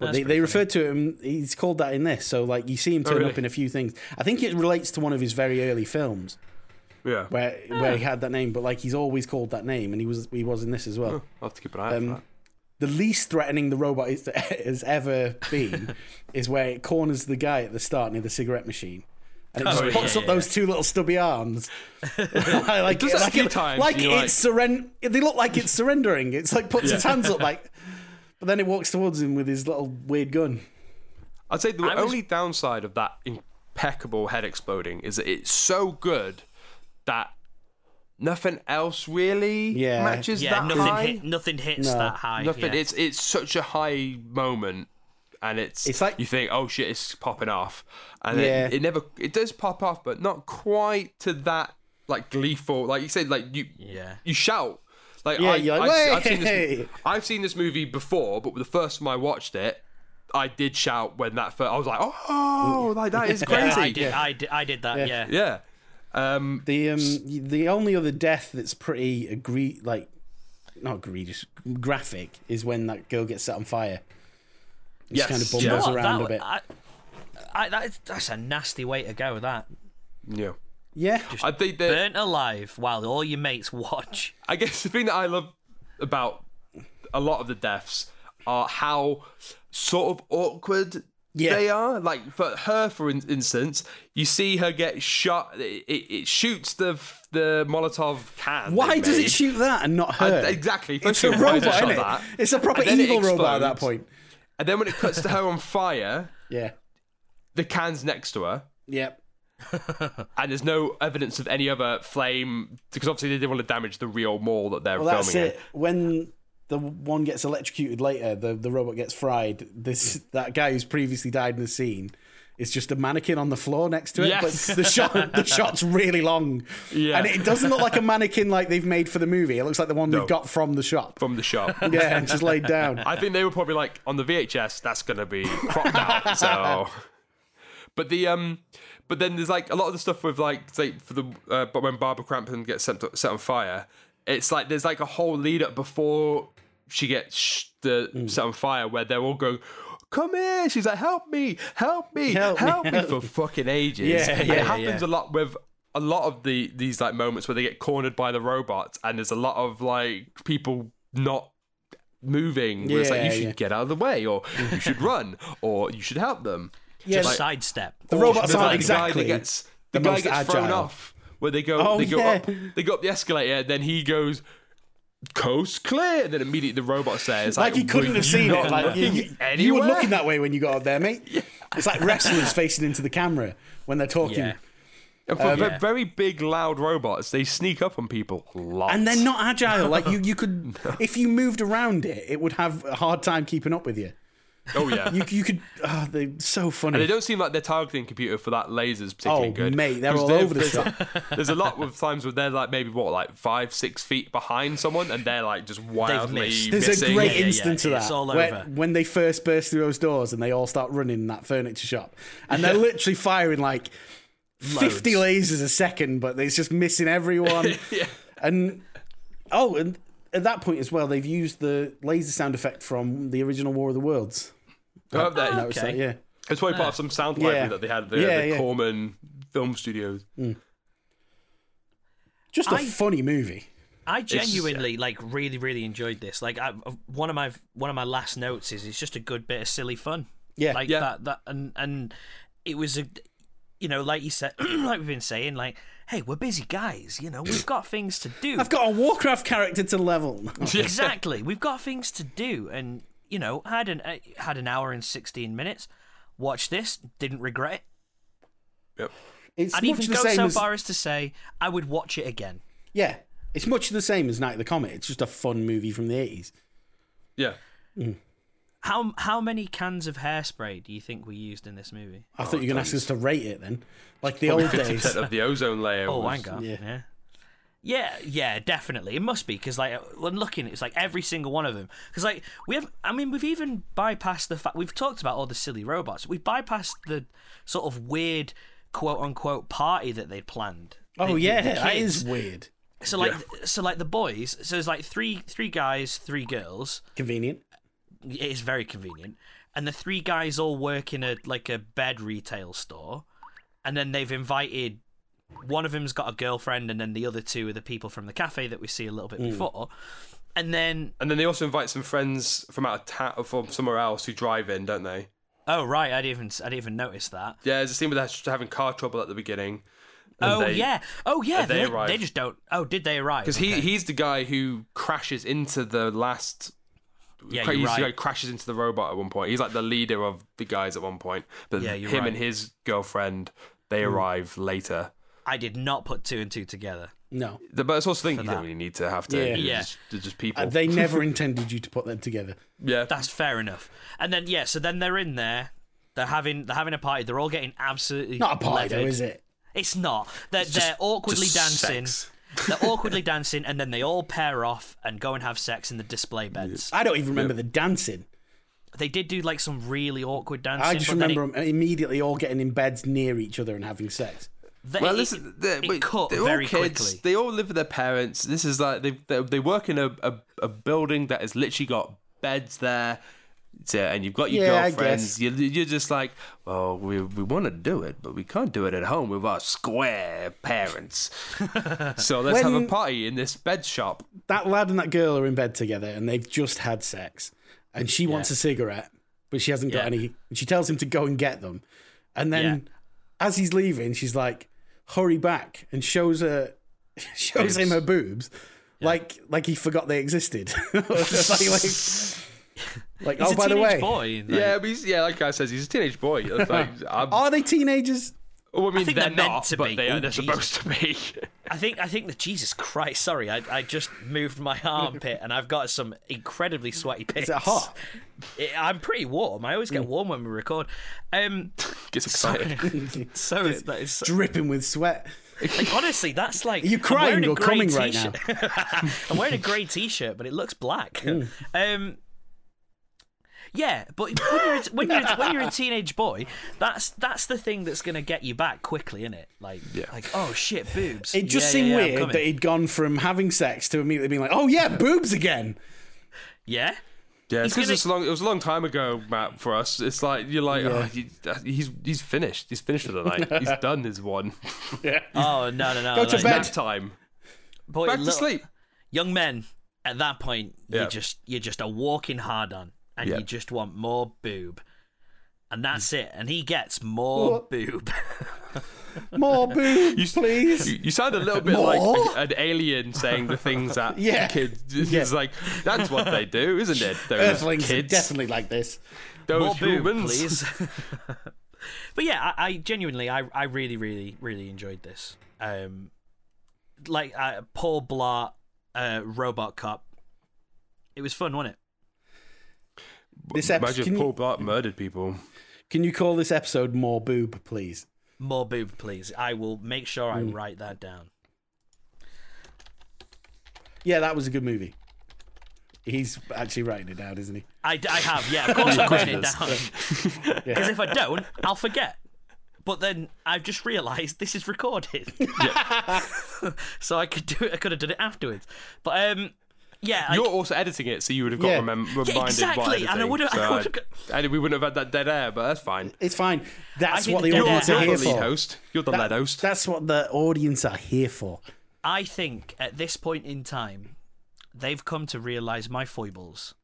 But they, they referred to him. He's called that in this. So like you see him turn really? up in a few things. I think it relates to one of his very early films Yeah. where where he had that name. But like he's always called that name, and he was he was in this as well. I'll have to keep an eye on um, that. The least threatening the robot is, has ever been is where it corners the guy at the start near the cigarette machine. And it just Oh, yeah, puts up yeah, those two little stubby arms. like does that a like, few times, like and it's you're surren- they look like it's surrendering. It's like puts its hands up like but then it walks towards him with his little weird gun. I'd say the was- only downside of that impeccable head exploding is that it's so good that nothing else really Yeah. matches yeah, that nothing high. hit, nothing hits that high. nothing. yeah. It's it's such a high moment, and it's It's like- you think, oh shit, it's popping off, and then Yeah. it never it does pop off, but not quite to that like gleeful like you said like you Yeah. you shout like Yeah, I, you're like, I, have seen this "Way!" I've seen this movie before, but the first time I watched it. I did shout when that first. I was like, "Oh, like that is Yeah, crazy!" I did, I did. I did that. Yeah. Yeah. Um, The um, the only other death that's pretty agree like not egregious graphic is when that girl gets set on fire. It's Yes, kind of yeah. bumbles What, around that- a bit. I, I, that is, that's a nasty way to go. That yeah. yeah, I think that burnt alive while all your mates watch. I guess the thing that I love about a lot of the deaths are how sort of awkward Yeah. they are. Like for her, for in- instance, you see her get shot. It, it, it shoots the the Molotov can. why they've does made. it shoot that and not And her? exactly. It's First a of all, why robot, does it isn't shot it? that? It's a proper And then it evil robot at that explodes. point. And then when it cuts to her on fire, Yeah. the can's next to her. Yep. and there's no evidence of any other flame because obviously they didn't want to damage the real mall that they're Well, that's filming it. When the one gets electrocuted later, the, the robot gets fried. This that guy who's previously died in the scene is just a mannequin on the floor next to it. Yes. But the shot the shot's really long, Yeah. and it doesn't look like a mannequin like they've made for the movie. It looks like the one No. they've got from the shop. from the shop. yeah, and just laid down. I think they were probably like on the VHS that's going to be cropped out. So but the um but then there's like a lot of the stuff with like say for the uh, but when Barbara Crampton gets set, set on fire, it's like there's like a whole lead up before she gets sh- the Mm. set on fire where they're all going Come here! She's like, "Help me! Help me! Help, Help me, me. help for me." fucking ages." Yeah, And yeah, it happens yeah. a lot with a lot of the these like moments where they get cornered by the robots, and there's a lot of like people not moving. where it's like Yeah, you should yeah. get out of the way, or you should run, or you should help them. yeah, Just like- sidestep. the robots There's aren't like exactly. the guy that gets the, the guy most gets thrown agile. off where they go Oh, they go yeah. up they go up the escalator and then he goes coast clear and then immediately the robot says like he couldn't "Were have you seen not it. Like you, looking you- anywhere? you were looking that way when you got up there, mate. It's like wrestlers facing into the camera when they're talking. Yeah. and Um, for yeah. very big loud robots they sneak up on people a lot and they're not agile. Like you, you could if you moved around it, it would have a hard time keeping up with you. oh yeah You, you could. Oh, they're so funny. They don't seem like they're targeting computer for that lasers particularly oh, good. mate, they're 'Cause all they're- over the there's, shop. there's a lot of times where they're like maybe what like five six feet behind someone and they're like just wildly missed. There's missing. a great Yeah, yeah, instance yeah, of that it's all where- over. when they first burst through those doors and they all start running in that furniture shop, and they're literally firing like fifty lasers a second, but it's just missing everyone. And oh, and at that point as well, they've used the laser sound effect from the original War of the Worlds. Oh, up there. And that was Okay. like, yeah. It's probably part of some sound library Yeah. that they had at the, Yeah, the yeah. Corman Film Studios. Just a I- funny movie. I genuinely like really really enjoyed this. Like I, one of my one of my last notes is it's just a good bit of silly fun. Yeah. like Yeah. that that and and it was a you know like you said like we've been saying like hey we're busy guys you know we've got things to do I've got a Warcraft character to level. exactly we've got things to do and you know I had an I had an hour and 16 minutes watched this didn't regret it Yep. It's I'd much even the go same so as far as to say I would watch it again yeah. It's much the same as Night of the Comet. It's just a fun movie from the eighties. Yeah. how how many cans of hairspray do you think were used in this movie I thought you were going to ask us to rate it then, like the old Fifty days. percent of the ozone layer. Oh, was, Wangar. Yeah. yeah. yeah. Yeah, definitely. It must be because, like, when looking, it's like every single one of them. Because, like, we have, I mean, we've even bypassed the fact we've talked about all the silly robots. We bypassed the sort of weird, quote unquote, party that they'd planned. The- Oh the- yeah, the that kids. is weird. So like, so like the boys. So it's like three, three guys, three girls. Convenient. It is very convenient. And the three guys all work in a like a bed retail store, and then they've invited one of them's got a girlfriend, and then the other two are the people from the cafe that we see a little bit Hmm. before, and then And then they also invite some friends from out of town, from somewhere else, who drive in, don't they? oh right, I didn't even I didn't even notice that. Yeah, there's a scene where they're having car trouble at the beginning. oh yeah, oh yeah, and they they, arrive. they just don't. Oh, did they arrive? because he he's the guy who crashes into the last. yeah, cra- you're he's the guy right. who crashes into the robot at one point. He's like the leader of the guys at one point. But Yeah, you're him right. Hmm. and his girlfriend, they arrive later. I did not put two and two together. No, The- But it's also the thing you that. don't really need to have to. Yeah. Yeah. Yeah. Just, they're just people. Uh, they never intended you to put them together. yeah. That's fair enough. And then yeah, so then they're in there. They're having they're having a party. They're all getting absolutely Not a party, though, leathered. is it? It's not. They're they're awkwardly just dancing. sex. they're awkwardly dancing, and then they all pair off and go and have sex in the display beds. I don't even remember the dancing. They did do like some really awkward dancing. I just but then remember it- them immediately all getting in beds near each other and having sex. they- Well, it- listen, it, they're, wait, cut they're very all kids. quickly. They all live with their parents. This is like they they, they work in a, a, a building that has literally got beds there, so, and you've got your Yeah, I guess. girlfriends. You, you're just like, well, we we want to do it, but we can't do it at home with our square parents. so let's have a When- party in this bed shop. That lad and that girl are in bed together and they've just had sex. And she wants a cigarette, but she hasn't got Yeah. any. And she tells him to go and get them. And then Yeah. as he's leaving, she's like, hurry back and shows her. Shows him her boobs, like like he forgot they existed. like, like- like, He's oh, a by the teenage way, boy. like, Yeah, but he's, yeah, like I says, he's a teenage boy. It's Like, I'm, are they teenagers? well, I mean, think they're, they're meant not, to but be. they Oh, are they're Jesus. supposed to be. I think I think that Jesus Christ. Sorry, I, I just moved my armpit and I've got some incredibly sweaty pits. Is it hot? Mm. It- I'm pretty warm. I always get warm when we record. Um, Gets excited. so it's, that is so, dripping with sweat. like, honestly, that's like you I'm wearing crying a or grey coming right t-shirt. I'm wearing a grey t-shirt, but it looks black. Mm. Um, yeah, but when you're a- when you're a- when you're a teenage boy, that's that's the thing that's gonna get you back quickly, isn't it? Like, like oh shit, boobs. It just Yeah, seemed yeah, yeah, I'm weird coming. that he'd gone from having sex to immediately being like, "Oh yeah, boobs again." yeah. Yeah, He's it's because gonna- it's a long. It was a long time ago, Matt. For us, it's like you're like oh, he- that- he's he's finished. He's finished for the night. he's done his one. Oh no no no. Go to like, bed. Nap time. boy, Back to little- sleep. young men at that point Yeah. you just you're just a walking hard on and Yeah. Mm. you just want more boob and that's it and he gets more What? boob More boobs, You s- please. You, you sound a little bit More? like an alien saying the things that Yeah. kids. It's Yeah. like that's what they do, isn't it? Those Earthlings are kids, definitely like this. those more boob humans. please but yeah I, I genuinely I, I really really really enjoyed this um like uh, Paul Blart uh, Robot Cop it was fun wasn't it This episode, Imagine can, Paul you, Blart murdered people. can you call this episode "More Boob, Please"? more boob please I will make sure I write that down Yeah, that was a good movie. He's actually writing it down, isn't he? I, I have, yeah. Of course, I'm writing it Yes. down. Because if I don't, I'll forget. But then I've just realised this is recorded, so I could do it. I could have done it afterwards. But um, yeah, I, You're also editing it, so you would have got Yeah. remem- reminded exactly, by and editing. I would've- I so would've got- and we wouldn't have had that dead air, but that's fine. It's fine. That's think what the the dead You're, Yeah, audience air you're are that's the helps. lead here for. host. You're the That- lead host. That's what the audience are here for. I think at this point in time, they've come to realise my foibles,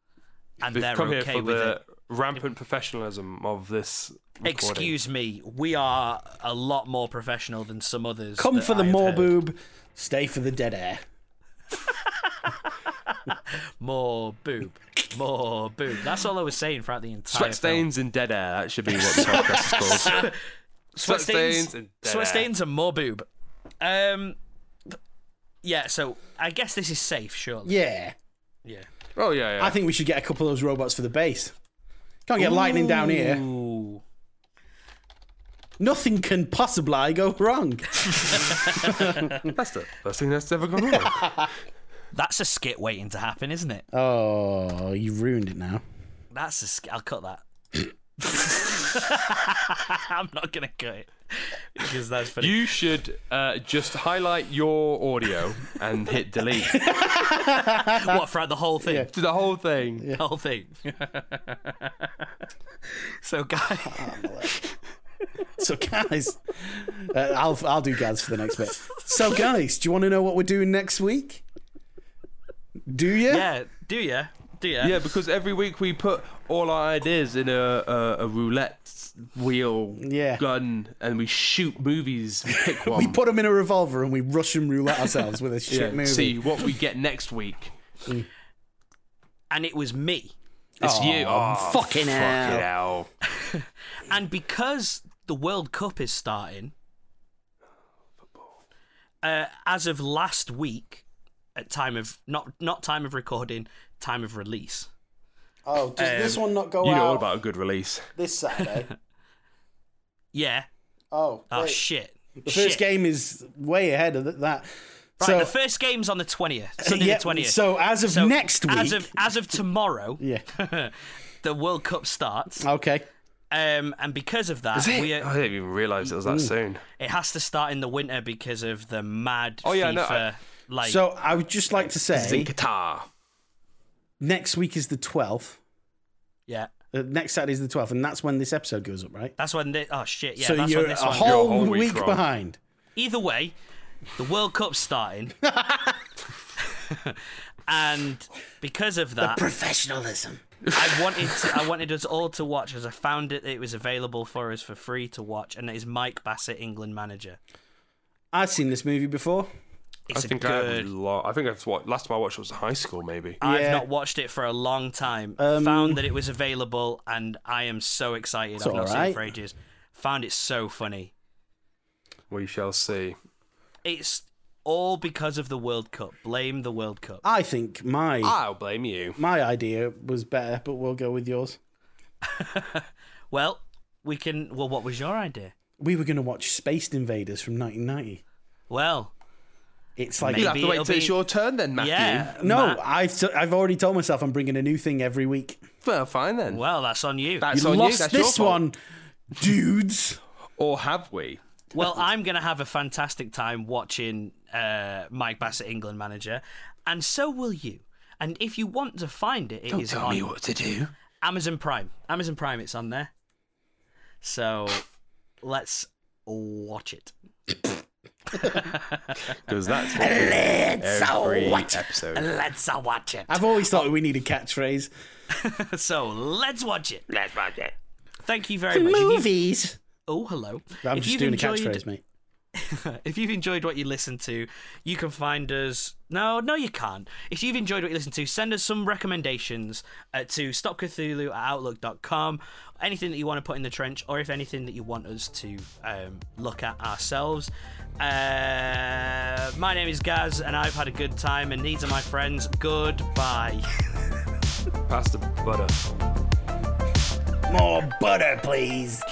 and They've they're come okay here for with the it. rampant professionalism of this. Recording. Excuse me, we are a lot more professional than some others. Come that for the I have more heard. boob, stay for the dead air. more boob, more boob. That's all I was saying throughout the entire. Sweat film. stains and dead air. That should be what the podcast is called. sweat stains, stains and dead sweat air. stains and more boob. Um, th- yeah. So I guess this is safe, surely. Yeah, Yeah. Oh yeah, yeah. I think we should get a couple of those robots for the base. Can't get lightning down here. Ooh. Nothing can possibly go wrong. that's the first thing that's ever gone wrong. That's a skit waiting to happen, isn't it? Oh, you ruined it now. That's a skit. I'll cut that. I'm not gonna cut it because that's funny. you should uh, just highlight your audio and hit delete what throughout the whole thing? to the whole thing. The whole thing. so, guys, So, guys, uh, I'll I'll do guys for the next bit. So, guys, do you want to know what we're doing next week? Do you? yeah, do ya? Do ya? Yeah, because every week we put all our ideas in a a, a roulette wheel Yeah. gun and we shoot movies. We pick one. We put them in a revolver and we Russian roulette ourselves with a shit Yeah, movie. See what we get next week. And it was me. It's you. Oh, fucking hell. hell. And because the World Cup is starting, uh, as of last week, at time of not not time of recording, time of release. Oh, does this um, one not go You out know all about a good release. this Saturday? Yeah. Oh, Oh wait. shit. The first Shit. game is way ahead of th- that. Right, so, Uh, the first game's on the twentieth. Sunday yeah, the twentieth. So as of next week, as of as of tomorrow, yeah, the World Cup starts, okay, um, and because of that, I Oh, we are, didn't even realise it was that soon. it has to start in the winter because of the mad Oh, yeah, FIFA. no, I- like, so I would just like to It's in say Qatar. next week is the twelfth. yeah, Uh, next Saturday is the twelfth, and that's when this episode goes up, right? that's when. They, oh shit, yeah, so that's you're when a this one. You're whole, a whole week, week wrong. behind. Either way, the World Cup's starting, and because of that, Professionalism. I wanted to, I wanted us all to watch as I found it. It was available for us for free to watch, and it is Mike Bassett, England manager. I've seen this movie before. I It's a think I have a good. lot. I think I've watched, last time I watched was high school, maybe. I've Yeah. Um, not watched it for a long time. found that it was available, and I am so excited. I've not seen it alright. for ages. Found it so funny. We shall see. It's all because of the World Cup. Blame the World Cup. I think my I'll blame you. my idea was better, but we'll go with yours. Well, we can. Well, what was your idea? We were going to watch Space Invaders from 1990. Well, It's like You'll have Maybe to wait it'll till it's be- your turn then, Matthew. yeah. no, Matt, I've t- I've already told myself I'm bringing a new thing every week. Well, fine then. well, that's on you. That's you on lost That's your this fault. one, dudes. Or have we? Well, I'm going to have a fantastic time watching uh, Mike Bassett, England manager, and so will you. And if you want to find it, it is on to do. Amazon Prime. Amazon Prime, it's on there. So let's watch it. Because that's what we do every episode. Let's watch it. I've always thought we need a catchphrase. so let's watch it. Let's watch it. Thank you very much. If you've- Oh, hello. I'm If just you've doing enjoyed- a catchphrase, mate. if you've enjoyed what you listened to, you can find us. No, no, you can't. If you've enjoyed what you listened to, send us some recommendations uh, to stopcthulhu at outlook.com. Anything that you want to put in the trench, or if anything that you want us to um, look at ourselves. Uh, my name is Gaz, and I've had a good time, and these are my friends. Goodbye. Pass the butter. More butter, please.